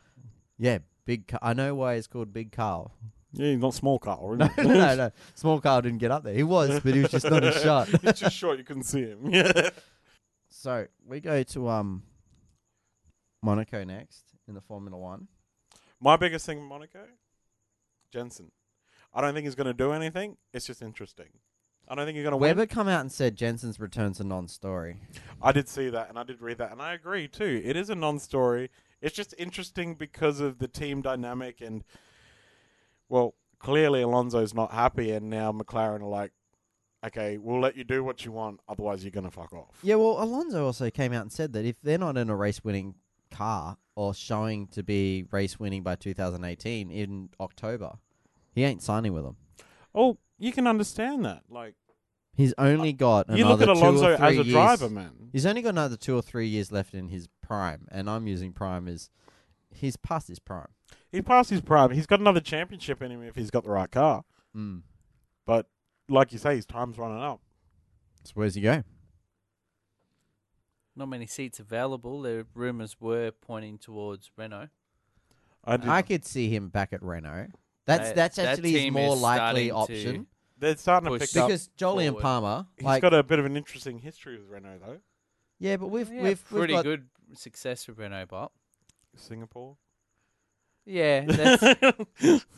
Yeah, big. Ca- I know why he's called Big Carl. Yeah, he's not small, Carl. no, no, no. Small Carl didn't get up there. He was, but he was just not a shot. He's just short. You couldn't see him. Yeah. So we go to um Monaco next in the Formula One. My biggest thing in Monaco, Jensen. I don't think he's going to do anything. It's just interesting. I don't think he's going to win. Weber come out and said Jensen's return's a non-story. I did see that, and I did read that, and I agree too. It is a non-story. It's just interesting because of the team dynamic, and well, clearly Alonso's not happy, and now McLaren are like, okay, we'll let you do what you want, otherwise you're going to fuck off. Yeah, well, Alonso also came out and said that if they're not in a race-winning car or showing to be race-winning by 2018 in October, he ain't signing with them. Oh, you can understand that. Like, He's only got you look another at Alonso two or three as a years. driver, man. He's only got another two or three years left in his prime, and I'm using prime as he's past his prime. He passed his prime. He's got another championship in him if he's got the right car. Mm. But like you say, his time's running up. So where's he go? Not many seats available. The rumours were pointing towards Renault. I did, I could see him back at Renault. That's That- that's that actually his team more is likely starting to- option they're starting to Push pick up. because Jolly and forward. Palmer, He's like, got a bit of an interesting history with Renault, though. yeah, but we've Yeah, we've, we've pretty got, good success with Renault, but Singapore. yeah, that's, and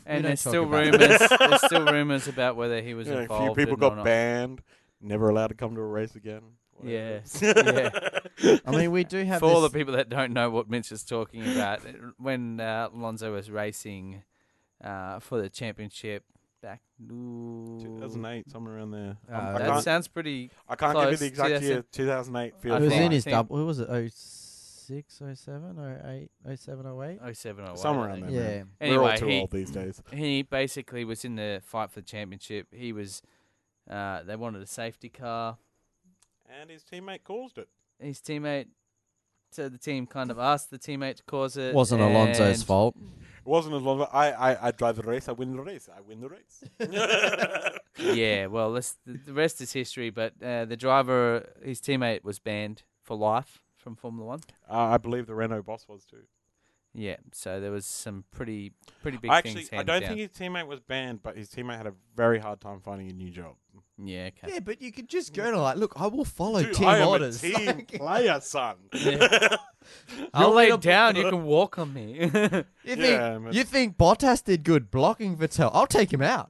don't there's talk still about rumours. there's still rumours about whether he was You know, a few involved. people and or got not. banned, never allowed to come to a race again. Yeah, Whatever. yeah. I mean, we do have For all the this, people that don't know what Mitch is talking about, when uh, Alonso was racing uh, for the championship back, ooh, 2008, somewhere around there. Uh, Um, I that's- that can't, sounds pretty. I can't give you close. the exact 2000 year. 2008 I it feels was right. in his think- double. What was it? Oh six, oh seven, oh eight, oh seven, oh eight. Oh seven, oh eight, Somewhere I around think. there. Yeah, We're Anyway, all too he, old these days. he basically was in the fight for the championship. He was. Uh, they wanted a safety car. And his teammate caused it. His teammate, so the team kind of asked the teammate to cause it. wasn't Alonso's and- fault. It wasn't as long. I, I I drive the race. I win the race. I win the race. yeah, well, this, the the rest is history. But uh, the driver, his teammate, was banned for life from Formula One. Uh, I believe the Renault boss was too. Yeah, so there was some pretty pretty big Actually, things. I don't think his teammate was banned, but his teammate had a very hard time finding a new job. Yeah, okay. Yeah, but you could just go to like, look, I will follow Dude, team I am orders. a team player, son. I'll You'll lay need a- down. You can walk on me. You think Yeah, man. you think Bottas did good blocking Vettel? I'll take him out.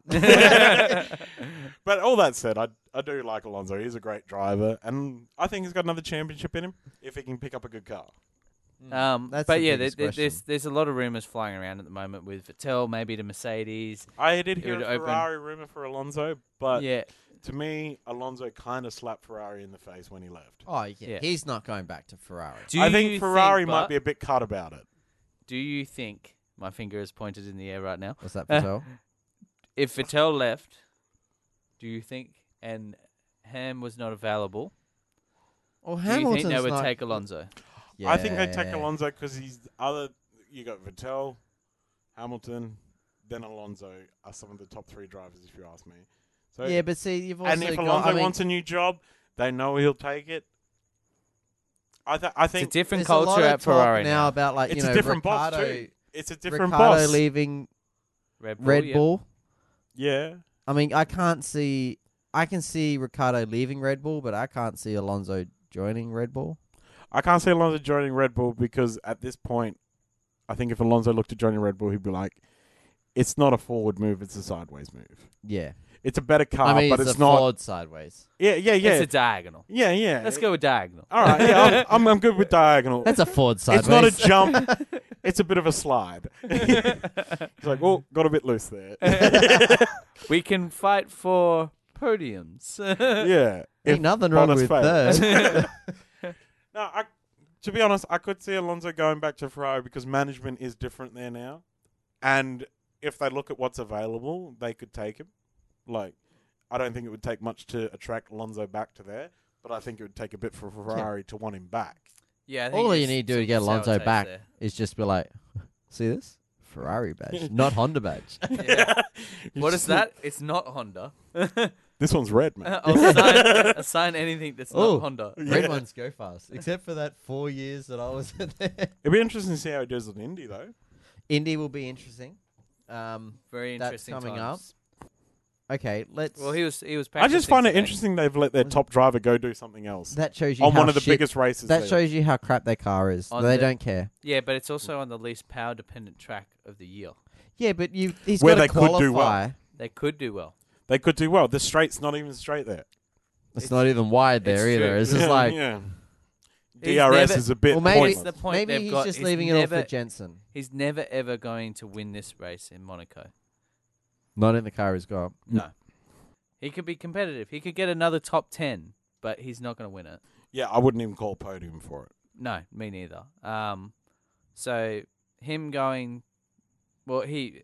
But all that said, I I do like Alonso. He's a great driver, and I think he's got another championship in him if he can pick up a good car. um, That's but the yeah, there, biggest there- there's question. there's a lot of rumors flying around at the moment with Vettel, maybe to Mercedes. I did It hear a would open- Ferrari rumor for Alonso, but yeah, to me, Alonso kind of slapped Ferrari in the face when he left. Oh yeah, Yeah. he's not going back to Ferrari. do I think you Ferrari think, might but- be a bit cut about it. Do you think My finger is pointed in the air right now. What's that, Patel? If Vettel left, do you think and Ham was not available? Or do you think Hamilton's they would not- take Alonso? I think they take Yeah. Alonso because he's the other. You got Vettel, Hamilton, then Alonso are some of the top three drivers, if you ask me. So Yeah, but see, you've also and if got. Alonso I mean, wants a new job, they know he'll take it. I th- I It's a think different there's a lot culture of at talk Ferrari now, now. about like it's you know a different Ricardo, boss too. It's a different Ricardo boss. leaving Red Bull. Red yeah. Bull. yeah, I mean, I can't see. I can see Ricardo leaving Red Bull, but I can't see Alonso joining Red Bull. I can't see Alonso joining Red Bull because at this point, I think if Alonso looked at joining Red Bull, he'd be like, "It's not a forward move; it's a sideways move. Yeah, It's a better car, I mean, Ah, but it's, it's, a not. Ford sideways. Yeah, yeah, yeah, It's a diagonal. yeah, yeah. Let's go with diagonal. All right, yeah, I'm, I'm, I'm good with diagonal. That's a Ford sideways. it's not a jump. it's a bit of a slide. it's like, oh, got a bit loose there. we can fight for podiums. yeah. Ain't nothing wrong Bottas with fails. that. No, I, to be honest, I could see Alonso going back to Ferrari because management is different there now, and if they look at what's available, they could take him. Like, I don't think it would take much to attract Alonso back to there, but I think it would take a bit for Ferrari to want him back. yeah. I think All you it's need to do to some get sour Alonso taste back there. is just be like, see this Ferrari badge, not Honda badge. Yeah. what Just- is that? It's not Honda. This one's red, man. I'll sign, assign anything that's Oh. not Honda. Red ones go fast, except for that four years that I was there. It'd be interesting to see how he does in Indy, though. Indy will be interesting. Um, Very That's interesting. coming times. okay, let's. Well, he was he was. I just find it practicing interesting they've let their top driver go do something else Mm. that shows you on how one of the shit- biggest races. That they- shows you how crap their car is. On they the- don't care. today. Yeah, but it's also on the least power dependent track of the year. Yeah, but you he's Where got to they could qualify. do well. They could do well. they could do well. The straight's not even straight there. It's, It's- not even wide it's there true. either. It's just Yeah, like yeah. He's DRS never- is a bit well, maybe pointless. That's the point maybe they've he's got. just He's leaving it all never- for Jensen. He's never ever going to win this race in Monaco. Not in the car he's got. No. He could be competitive. He could get another top ten, but he's not going to win it. Yeah, I wouldn't even call podium for it. No, me neither. Um, so him going, well, he,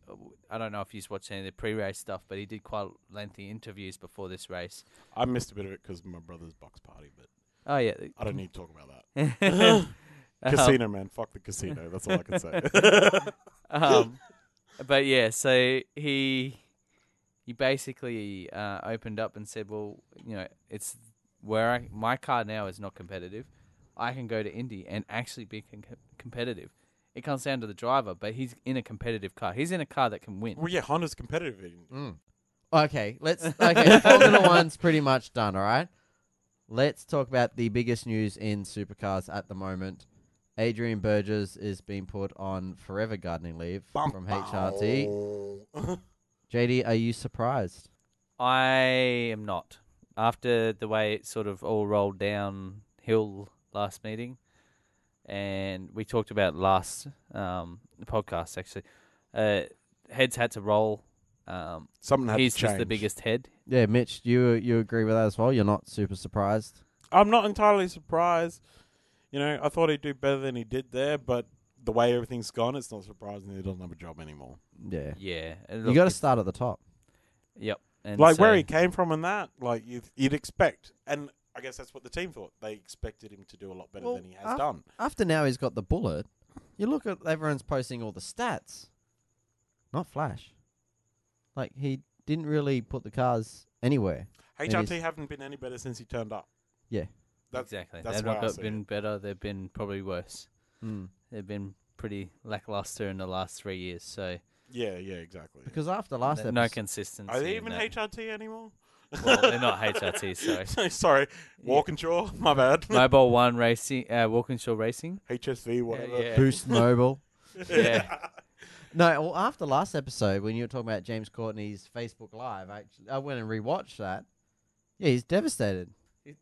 I don't know if he's watched any of the pre-race stuff, but he did quite lengthy interviews before this race. I missed a bit of it because my brother's box party, but Oh yeah, I don't need to talk about that. Um, casino, man. Fuck the casino. That's all I can say. um, but yeah, so he he basically uh, opened up and said, "Well, you know, it's where I, my car now is not competitive. I can go to Indy and actually be con- competitive. It comes down to the driver, but he's in a competitive car. He's in a car that can win. well, yeah, Honda's competitive. In, Mm. Okay, let's. Okay, Formula One's pretty much done. All right, let's talk about the biggest news in supercars at the moment. Adrian Burgess is being put on forever gardening leave from HRT. JD, are you surprised? I am not. After the way it sort of all rolled downhill last meeting, and we talked about last um, podcast actually, uh, heads had to roll. Um, Something had he's to change. just the biggest head. Yeah, Mitch, do you you agree with that as well? You're not super surprised. I'm not entirely surprised. You know, I thought he'd do better than he did there, but the way everything's gone, it's not surprising that he doesn't have a job anymore. Yeah, Yeah, and you look, got to it- start at the top. Yep. And like where so- he came from and that, like you'd, you'd expect, and I guess that's what the team thought. They expected him to do a lot better Well, than he has af- done. After now he's got the bullet, you look at everyone's posting all the stats. Not Flash. Like he didn't really put the cars anywhere. it HRT is. haven't been any better since he turned up. Yeah. That's, exactly. that's They've why not I got see been it. better. They've been probably worse. Mm. They've been pretty lackluster in the last three years. So Yeah, yeah, exactly. Because after last th- episode, no consistency. Are they in even that. HRT anymore? Well, they're not HRT. Sorry. Sorry, Walkinshaw, my bad. Mobile One Racing, uh, Walkinshaw Racing. HSV, whatever. yeah. Boost Mobile. Yeah. No, well, after last episode when you were talking about James Courtney's Facebook Live, I, actu- I went and rewatched that. Yeah, he's devastated.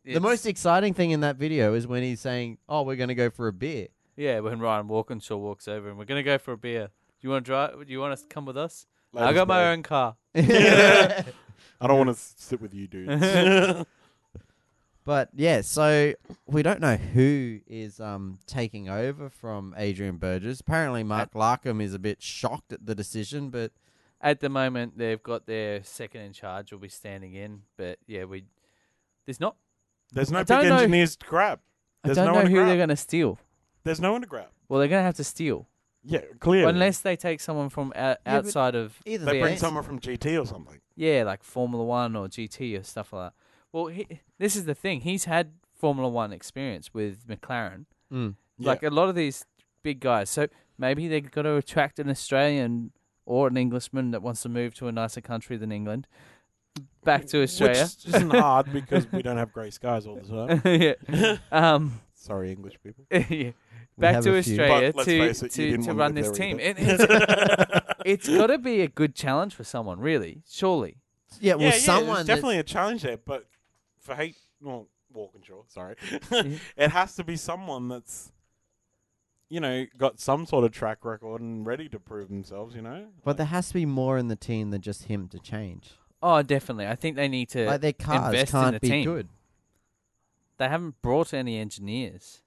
the most exciting thing in that video is when he's saying, "Oh, we're going to go for a beer." yeah, when Ryan Walkinshaw walks over and we're gonna go for a beer. Do you want to drive? Do you want us to come with us? I Ladies got my man. own car. I don't want to sit with you dudes. But yeah, so we don't know who is um, taking over from Adrian Burgess. Apparently, Mark Larkham is a bit shocked at the decision, but At the moment, they've got their second in charge will be standing in, but yeah, we there's not. There's I no big don't know- engineers to grab. There's I no don't one know to who grab. they're going to steal. There's no one to grab. Well, they're going to have to steal Yeah, clearly. unless they take someone from out Yeah, but outside of either they Yeah. bring someone from GT or something. yeah, like Formula One or GT or stuff like that. Well, he, this is the thing. He's had Formula One experience with McLaren. Mm. Yeah. Like a lot of these big guys. So maybe they've got to attract an Australian or an Englishman that wants to move to a nicer country than England back to Australia. Which isn't hard because we don't have grey skies all the time. yeah. Um, Sorry, English people. yeah. We Back have to a few. Australia But let's to, face it, you to, didn't to wanna run live this there team. either. It, it's it's got to be a good challenge for someone, really, surely. yeah, well, someone yeah, yeah, that's- there's definitely a challenge there, but for hate, well, Walkinshaw, sorry, Mm-hmm. it has to be someone that's, you know, got some sort of track record and ready to prove themselves. You know, But there has to be more in the team than just him to change. Oh, definitely. I think they need to. like their cars invest in can't the be team. good. They haven't brought any engineers.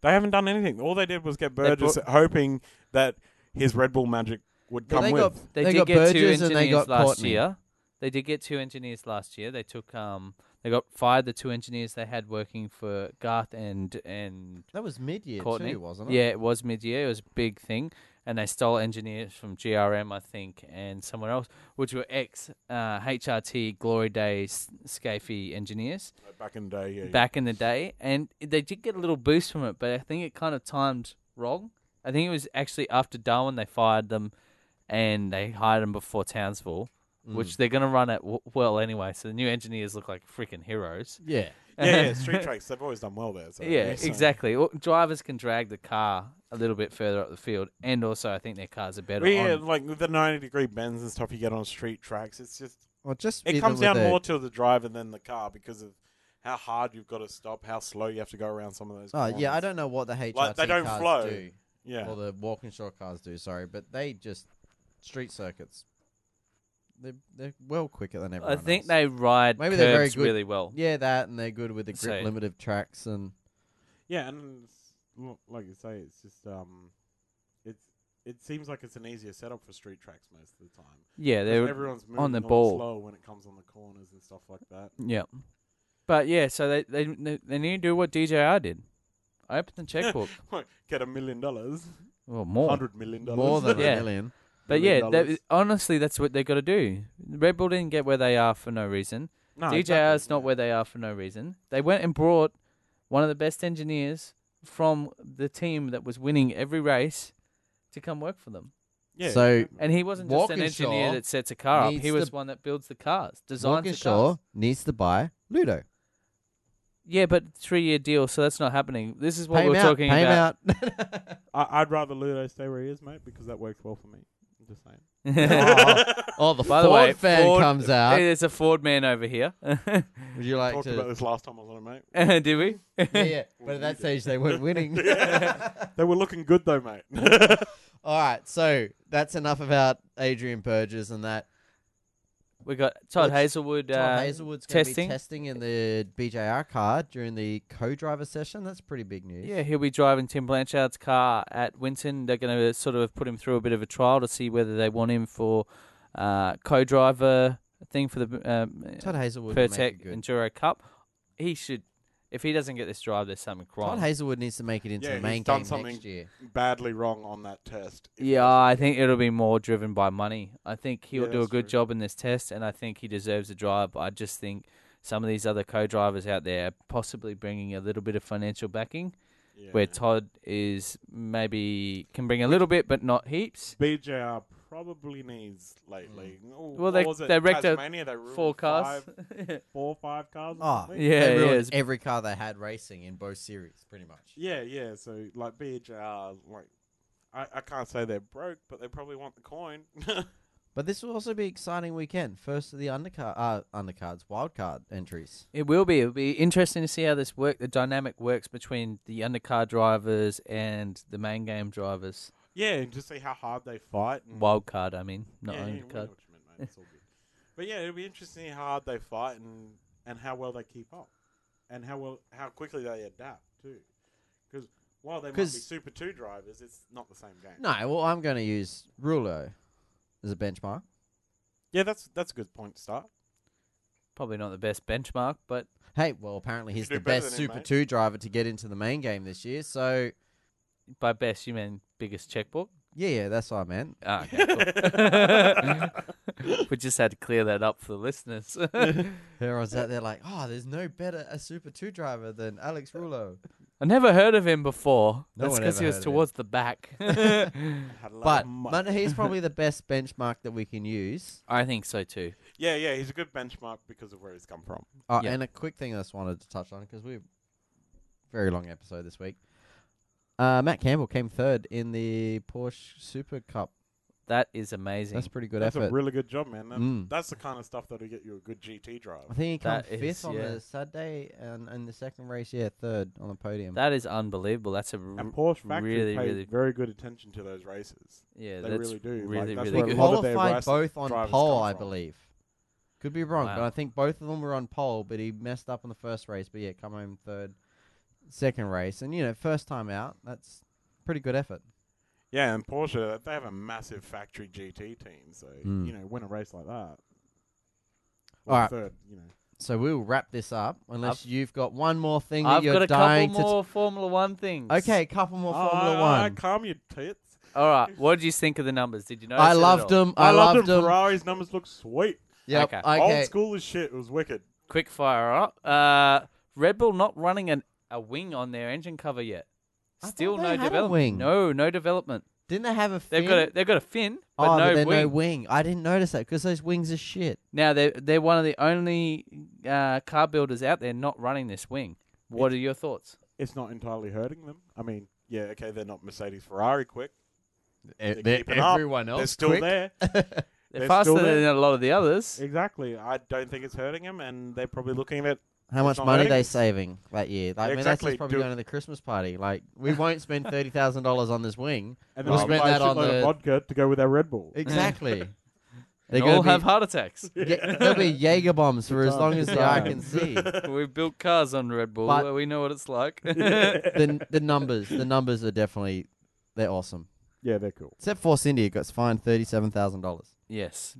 they haven't done anything. All they did was get They Burgess brought- hoping that his Red Bull magic would Well, come they with. got They, They did got get two Burgess engineers and they got last Courtney. year. They did get two engineers last year. They took um they got fired the two engineers they had working for Garth and and That was mid-year Courtney. too, wasn't it? yeah, it was mid year. It was a big thing. And they stole engineers from GRM, I think, and somewhere else, which were ex uh, HRT Glory Days Scafie engineers Like, back in the day. Yeah, back in the day. And they did get a little boost from it, but I think it kind of timed wrong. I think it was actually after Darwin they fired them and they hired them before Townsville, Mm. which they're going to run at w- well anyway. So the new engineers look like freaking heroes. yeah. yeah, yeah, street tracks. They've always done well there. So, Yeah, so- exactly. Well, drivers can drag the car a little bit further up the field, and also I think their cars are better. But yeah, on. like the ninety degree bends and stuff you get on street tracks. It's just Well, just it even comes with down the- more to the driver than the car because of how hard you've got to stop, how slow you have to go around some of those. Oh yeah, I corners. don't know what the HRT they don't cars flow. do, Yeah, or the Walkinshaw cars do. Sorry, but they just street circuits. They're they're well quicker than everyone. I think else. they ride Maybe they're very curves good- really well. Yeah, that and they're good with the Say grip it. limited tracks and yeah, and it's, well, like you say, it's just um, it's it seems like it's an easier setup for street tracks most of the time. 'Cause Yeah, they're everyone's moving on the a lot ball. slow when it comes on the corners and stuff like that. Yeah. But yeah, so they they they they need to do what DJR did. Open the checkbook Get a million dollars, or more. hundred million dollars, more than Yeah. a million. But million yeah, that, dollars. honestly, that's what they got to do. Red Bull didn't get where they are for no reason. no, DJR's exactly, not yeah. where they are for no reason. They went and brought one of the best engineers from the team that was winning every race to come work for them. Yeah, So- And he wasn't just an engineer Walkinshaw that sets a car up. needs He was to- one that builds the cars, designs the cars. Walkinshaw needs to buy Ludo. Yeah, but three year deal, so that's not happening. This is what pay we're him out. talking Pay about. him out. I, I'd rather Ludo stay where he is, mate, because that works well for me. I'm just saying. oh, the By Ford the way, fan Ford- comes out. Hey, there's a Ford man over here. Would you like Talked about to? this last time I was on it, mate. Did we? Yeah, yeah. But at that stage, they weren't winning. They were looking good though, mate. All right, so that's enough about Adrian Burgess and that. We got Todd Well, it's- Hazelwood. Todd uh, Hazelwood's going to be testing. testing in the BJR car during the co-driver session. That's pretty big news. Yeah, he'll be driving Tim Blanchard's car at Winton. They're going to sort of put him through a bit of a trial to see whether they want him for uh, co-driver thing for the um, Todd Hazelwood would make Pertec it good. Enduro Cup. He should, if he doesn't get this drive, there's something wrong. Todd Hazelwood needs to make it into Yeah, the main he's done game something- next year. Badly wrong on that test. Yeah, I think it'll be more driven by money. I think he'll Yeah, do a that's good true. job in this test, and I think he deserves a drive. I just think some of these other co-drivers out there are possibly bringing a little bit of financial backing, Yeah. where Todd is maybe can bring a little bit, but not heaps. BJR probably needs lately. Oh, Mm. Well, what they- was it? they wrecked a Tasmania, they ruined Four cars. five- four or five cars. or Oh, something? Yeah, they yeah, ruined it's- every car they had racing in both series, pretty much. yeah, yeah. So like BJR, like I, I can't say they're broke, but they probably want the coin. But this will also be exciting weekend. First of the undercard, uh, undercards, wildcard entries. It will be. It'll be interesting to see how this work, the dynamic works between the undercar drivers and the main game drivers. yeah, and just see how hard they fight. And, Wild card, I mean, not Mm. yeah, yeah, we know undercard. what you meant, mate. It's all good. But yeah, it'll be interesting how hard they fight and and how well they keep up. and how well how quickly they adapt too. Because while they might be 'Cause- Super Two drivers, it's not the same game. No, well, I'm going to use Rulo as a benchmark. Yeah, that's that's a good point to start. Probably not the best benchmark, but Hey, well, apparently he's do the better best than him, Super mate. 2 driver to get into the main game this year. So, by best you mean biggest checkbook. yeah, yeah, that's what I meant. Ah, okay, cool. we just had to clear that up for the listeners. I Everyone's out there like, oh, there's no better a Super 2 driver than Alex Rulo. never heard of him before. No That's one because ever he was heard of him. towards the back. Had a lot but, of money. but he's probably the best benchmark that we can use. I think so too. yeah, yeah, he's a good benchmark because of where he's come from. Oh, Yeah. And a quick thing I just wanted to touch on because we're very long episode this week. Uh, Matt Campbell came third in the Porsche Super Cup. That is amazing. That's pretty good that's effort. a really good job, man. That, Mm. That's the kind of stuff that'll get you a good GT drive. I think he came That fifth is- on yeah. the Saturday and in the second race, yeah, third on the podium. that is unbelievable. That's a r- And Porsche factory really, paid really- very good attention to those races. yeah. they that's really do. Like, Really, that's really where a good. lot of their qualified race both on drivers pole, come I from. believe. Could be wrong, but Wow. I think both of them were on pole, but he messed up on the first race, but yeah, come home third, second race. And, you know, first time out, that's pretty good effort. Yeah, and Porsche, they have a massive factory GT team, so Mm. you know, win a race like that. All right. third, you know. So we'll wrap this up, unless you've got one more thing that I've you're got a couple dying to. more Formula One things. okay, couple more Oh, Formula I- I One. calm your tits. All right. What did you think of the numbers? Did you notice? I it at loved all? them. I, loved, loved it. them. Ferrari's numbers look sweet. Yep. Okay. Okay. Old school as shit. It was wicked. Quick fire up. Uh, Red Bull not running an, a wing on their engine cover yet. I thought Still they no had a development. wing. No, no development. Didn't they have a? Fin? They've got a they've got a fin, but oh, no but they're wing. no wing. I didn't notice that because those wings are shit. Now they they're one of the only uh, car builders out there not running this wing. What are your thoughts? It's not entirely hurting them. I mean, yeah, okay, they're not Mercedes Ferrari quick. They're keeping up. everyone else They're still there. They're, They're faster still than there. a lot of the others. Exactly. I don't think it's hurting them, and they're probably looking at it. How much not money hurting they us. saving that year? Like, I mean, that's Exactly. just probably Do- going to the Christmas party. Like, we won't spend thirty thousand dollars on this wing. And We'll they'll spend buy a that on shitload the- of vodka to go with their Red Bull. Exactly. They They're all going have to heart attacks. be. Ye- there'll be Jaeger bombs for as time. long as Good the eye time. can see. we built cars on Red Bull. But- uh, we know what it's like. The n- the numbers, the numbers are definitely they're awesome. yeah, they're cool. Except Force India got fined thirty seven thousand dollars. yes,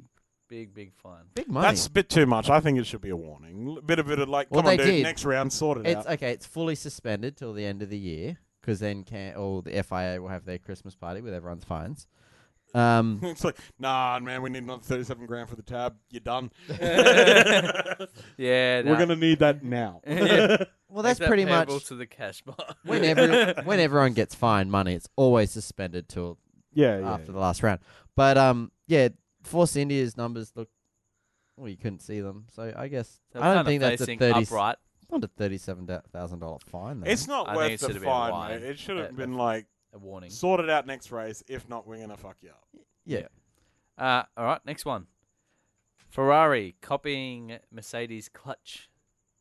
big big fine. Big money. That's a bit too much. I think it should be a warning. A bit of bit of like, Well, come on, they dude, did. next round, sort it It's out. okay. It's fully suspended till the end of the year because then can all the FIA will have their Christmas party with everyone's fines. Um, it's like, nah, man, we need another thirty-seven grand for the tab. You're done. Yeah, We're gonna need that now. well, that's pretty much to the cash bar. when every, when everyone gets fined money. It's always suspended till Yeah, yeah. after the last round. But um, yeah, Force India's numbers look. Well, you couldn't see them, so I guess I don't think that's a thirty. upright. Not a thirty-seven thousand dollar fine. Though. It's not I think worth it the should've been a fine. line. mate. It should have That- been like A warning. sort it out next race. If not, we're gonna fuck you up. yeah. Uh, all right, next one. Ferrari copying Mercedes clutch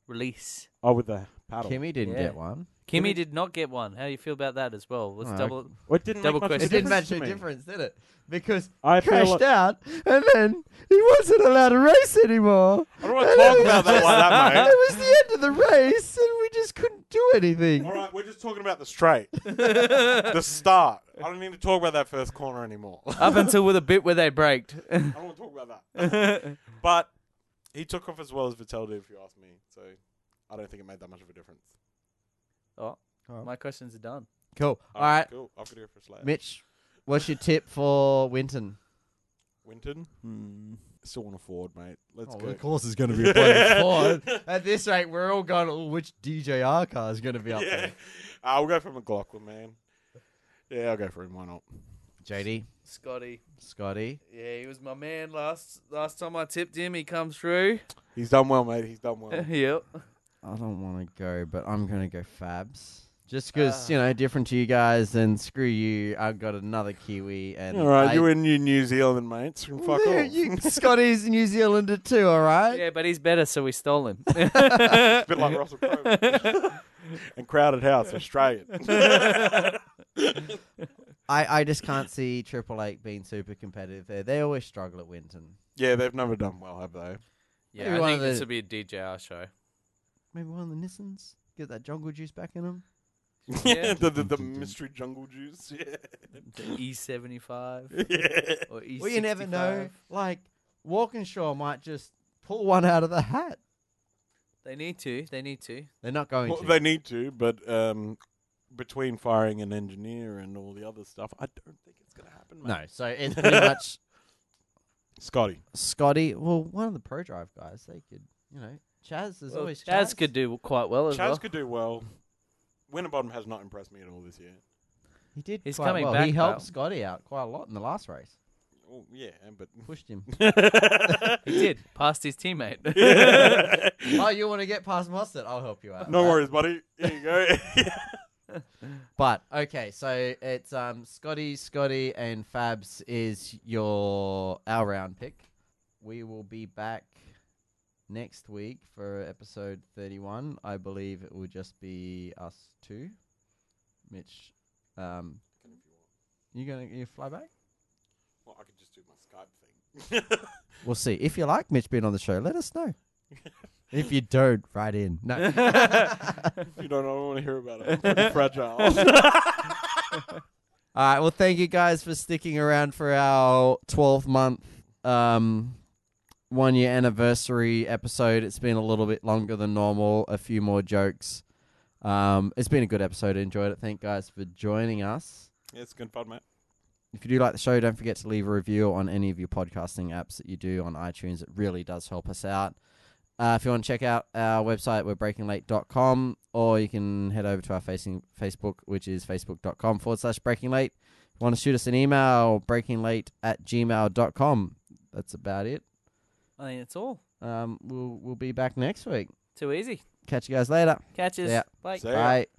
release. Oh, with the paddle. Kimmy didn't Yeah. get one. Kimmy did not get one. How do you feel about that as well? Let's Oh, double. Well, it didn't Double make much of a question. It didn't difference match to the me. difference, did it? Because I feel crashed like- out, and then he wasn't allowed to race anymore. I don't want to talk about that like that, eh? mate. It was the end of the race, and we just couldn't do anything. All right, we're just talking about the straight, the start. I don't need to talk about that first corner anymore. I Up until with a bit where they braked. don't want to talk about that. but he took off as well as Vettel did, if you ask me. So I don't think it made that much of a difference. oh, Oh. my questions are done. Cool. All right, cool. I've got to go for a slate. Mitch, what's your tip for Winton? Winton, still on a Ford, mate. Oh, Let's go. course, it's going to be a bloody Ford. At this rate, we're all going. Oh, which DJR car is going to be up Yeah, I'll Uh, go for McLaughlin, man. Yeah, I'll go for him. Why not? there? JD, Scotty, Scotty, yeah, he was my man last last time I tipped him. He comes through. He's done well, mate. He's done well. yep. I don't want to go, but I'm going to go Fabs. Just because you know, different to you guys, and screw you. I've got another Kiwi, and All right, I- you in New New Zealand, mate. So Well, fuck there off. you- Scotty's a New Zealander too, all right? Yeah, but he's better, so we stole him. a bit like Russell Crowe. and Crowded House, Australian. I, I just can't see Triple Eight being super competitive there. They always struggle at Winton. yeah, they've never done well, have they? yeah, Maybe I one think of this the- will be a DJR show. Maybe one of the Nissans. Get that jungle juice back in them. Yeah. the, the, the mystery jungle juice. Yeah. The E seventy five yeah. or E. Well, you never know. Like, Walkinshaw might just pull one out of the hat. They need to. They need to. They're not going Well, to. they need to, but um, between firing an engineer and all the other stuff, I don't think it's going to happen. Mate. no, so it's pretty much Scotty. Scotty. Well, one of the pro drive guys. They could, you know, Chaz. There's Well, always Chaz, Chaz. could do quite well as Chaz well. could do well. Winterbottom has not impressed me at all this year. He did. He's quite coming well. back, He helped though. Scotty out quite a lot in the last race. Well, yeah, but Pushed him. He did past his teammate. oh, you want to get past Mustard? I'll help you out. no worries, buddy. Here you go. But okay, so it's um Scotty, Scotty, and Fabs is your our round pick. We will be back next week for episode thirty-one. I believe it will just be us two. Mitch, um, you gonna you fly back? well, I could just do my Skype thing. We'll see. If you like Mitch being on the show, let us know. if you don't, write in. No. you don't want to hear about it. I'm pretty fragile. All right. Well, thank you guys for sticking around for our 12 month, um, one year anniversary episode. It's been a little bit longer than normal, a few more jokes. Um, it's been a good episode. I enjoyed it. Thank you guys for joining us. it's good fun, mate. If you do like the show, don't forget to leave a review on any of your podcasting apps that you do on iTunes. It really does help us out. Uh, if you want to check out our website, we're breakinglate.com, or you can head over to our facing Facebook, which is facebook.com forward slash breakinglate. If you want to shoot us an email, breakinglate at gmail.com. That's about it. I think that's all. Um, we'll, we'll be back next week. Too easy. Catch you guys later. Catches. Yeah. Bye. See ya. Bye.